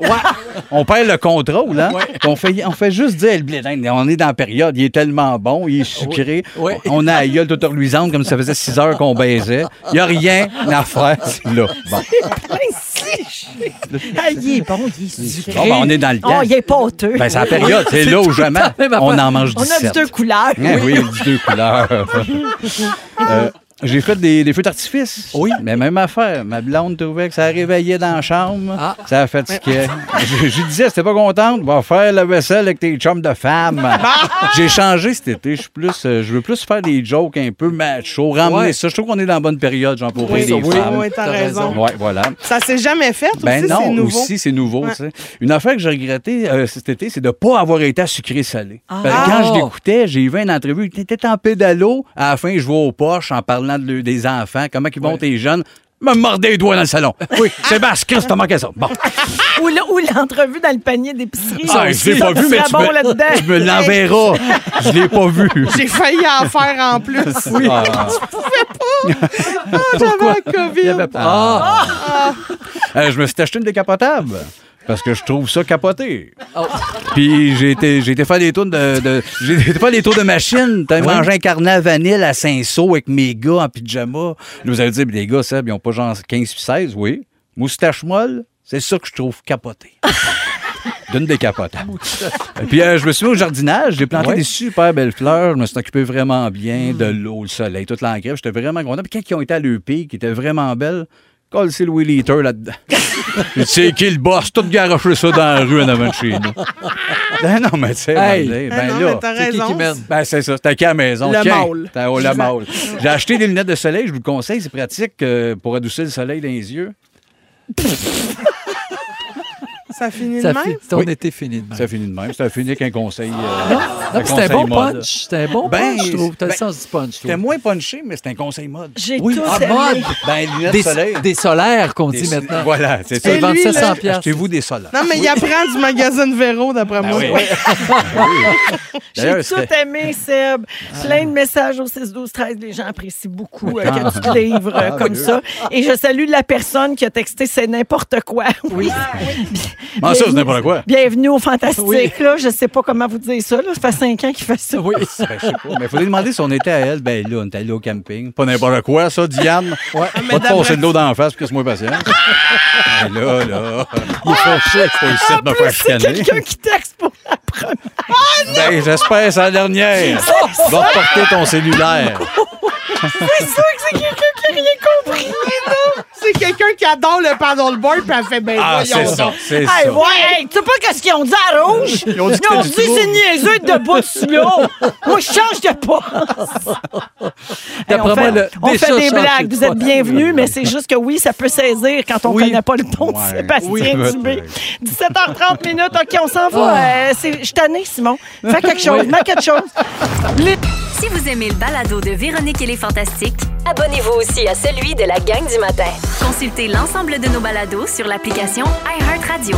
On perd le contrôle, hein? On, fait, on fait juste dire le blédine. On est dans la période, il est tellement bon, il est sucré. On a la gueule toute reluisante comme ça faisait 6 heures qu'on baisait. Il n'y a rien à faire là. Bon. Ah, il est bon, il est sucré. Bon, ben, on est dans le Oh, temps. il est pâteux. Ben, c'est la période, c'est là où jamais. tout le temps la même On affaire. en mange On a 17. deux couleurs. Ah oui, du deux couleurs. Euh, j'ai fait des, des feux d'artifice. Oui. Mais même affaire. Ma blonde trouvait que ça réveillait dans la chambre. Ah. Ça a fatigué. je, je disais, c'était pas contente, va faire la vaisselle avec tes chums de femme. j'ai changé cet été. Je suis plus, euh, je veux plus faire des jokes un peu macho, ramener Ouais. ça. Je trouve qu'on est dans la bonne période, genre, pour Oui, rire des oui, femmes. oui, t'as raison. Ouais, voilà. Ça s'est jamais fait Ben aussi, c'est non, nouveau. aussi, c'est nouveau. Ouais. tu sais. Une affaire que j'ai regrettée euh, cet été, c'est de ne pas avoir été à sucré-salé. Parce que Ah. Quand je l'écoutais, j'ai vu une entrevue, tu étais en pédalo, à la fin, je vois aux poches en parlant de- des enfants, comment ils vont tes jeunes. Me mordé les doigts dans le salon. Oui, Sébastien, Christ, t'as manqué ça. Bon. Ah, Ou là- ou l'entrevue dans le panier d'épicerie. Ah, je l'ai Ça, pas tu vu, mais seras tu bon là-dedans. me, tu me l'enverras. Je l'ai pas vu. J'ai failli en faire en plus. Oui. Ah. Je pouvais pas. Ah, j'avais Pourquoi? un COVID. Il y avait pas- Ah. Euh, je me suis acheté une décapotable. Parce que je trouve ça capoté. Puis j'ai été, j'ai été faire des tours de, de- j'ai été faire des tours de machine. T'as mangé un carnet à vanille à Saint-Saul avec mes gars en pyjama. Là, vous allez dire, les gars, Seb, ils ont pas genre 15 puis 16, oui. Moustache molle, c'est ça que je trouve capoté. D'une décapotable. Puis euh, je me suis mis au jardinage, j'ai planté Ouais. des super belles fleurs, je me suis occupé vraiment bien de l'eau, le soleil, toute l'engrais, j'étais vraiment content. Puis quand ils ont été à l'EP, qui était vraiment belle, colle c'est Louis Leater là-dedans. Tu sais qui le boss, tout garoché ça dans la rue en avant de chez nous. Ben non, mais tu sais, Hey. ben, Ah non, là, mais t'as C'est qui raison. qui mène? Ben c'est ça, t'as qu'à la maison. Le Tiens, mâle. t'as- oh, le Exact. mâle. J'ai acheté des lunettes de soleil, je vous le conseille, c'est pratique euh, pour adoucir le soleil dans les yeux. Ça finit Ça de même? fi- ton été finit de même. Ça finit de même. Ça finit avec un conseil. euh, Ah, non, mais c'était un conseil bon mode. punch. C'était un bon Ben, punch, je trouve. T'as le ben, sens du punch, je C'était trouve. moins punché, mais c'était un conseil mode. J'ai Oui. tout Ah, aimé. mode. Ben, lunettes Des- de soleil. des solaires qu'on dit Des- maintenant. Voilà, c'est C'est ça. lui, 2700 là. piastres. Achetez-vous des solaires. Non, mais il apprend du magazine Véro, d'après moi. Ben oui. J'ai Ah D'ailleurs, tout c'était- aimé, Seb. Plein de messages au 6-12-13. Les gens apprécient beaucoup euh, Ah. que tu te livres euh, Ah, comme Dieu. ça. Et je salue la personne qui a texté C'est n'importe quoi. Oui. Ah, ça, c'est n'importe quoi. Bienvenue au Fantastique. Là, je sais pas comment vous dire ça. Là. Ça fait cinq ans qu'il fait ça. Oui. Ben, je sais pas. Mais il faudrait demander si on était à elle. Ben là, on est allé au camping. Pas n'importe quoi, ça, Diane. Ouais. Ah, mais Pas de passer d'après- de l'eau dans la face, parce que c'est moins patient. Ben là, là. Il faut chier, c'est un site de faire C'est chicaner. quelqu'un qui texte pour la première. Ben, j'espère, c'est la dernière. C'est Va ça. reporter ton cellulaire. C'est sûr que c'est quelqu'un qui a rien compris, là. C'est quelqu'un qui adore le paddleboard, puis elle fait ben Ah, voyons c'est ça, donc. c'est Hey, ouais, hey, tu sais pas qu'est-ce qu'ils ont dit à Rouge? Ils ont dit que Ils ont c'était du dit, trouble. c'est niaiseux de debout dessus l'eau. Moi, je change de pas. Hey, on D'après moi, fait, le- on déjà fait des changer blagues. de Vous êtes pote. bienvenus, mais c'est juste que oui, ça peut saisir quand on Oui. connaît pas le ton Ouais. de Sébastien Oui. Ah. Dubé. 17h30 minutes. OK, on s'en va. Euh, c'est- je suis tannée, Simon. Fais quelque chose. Oui. Mets quelque chose. Si vous aimez le balado de Véronique et les Fantastiques, Abonnez-vous aussi à celui de la gang du matin. consultez l'ensemble de nos balados sur l'application iHeartRadio.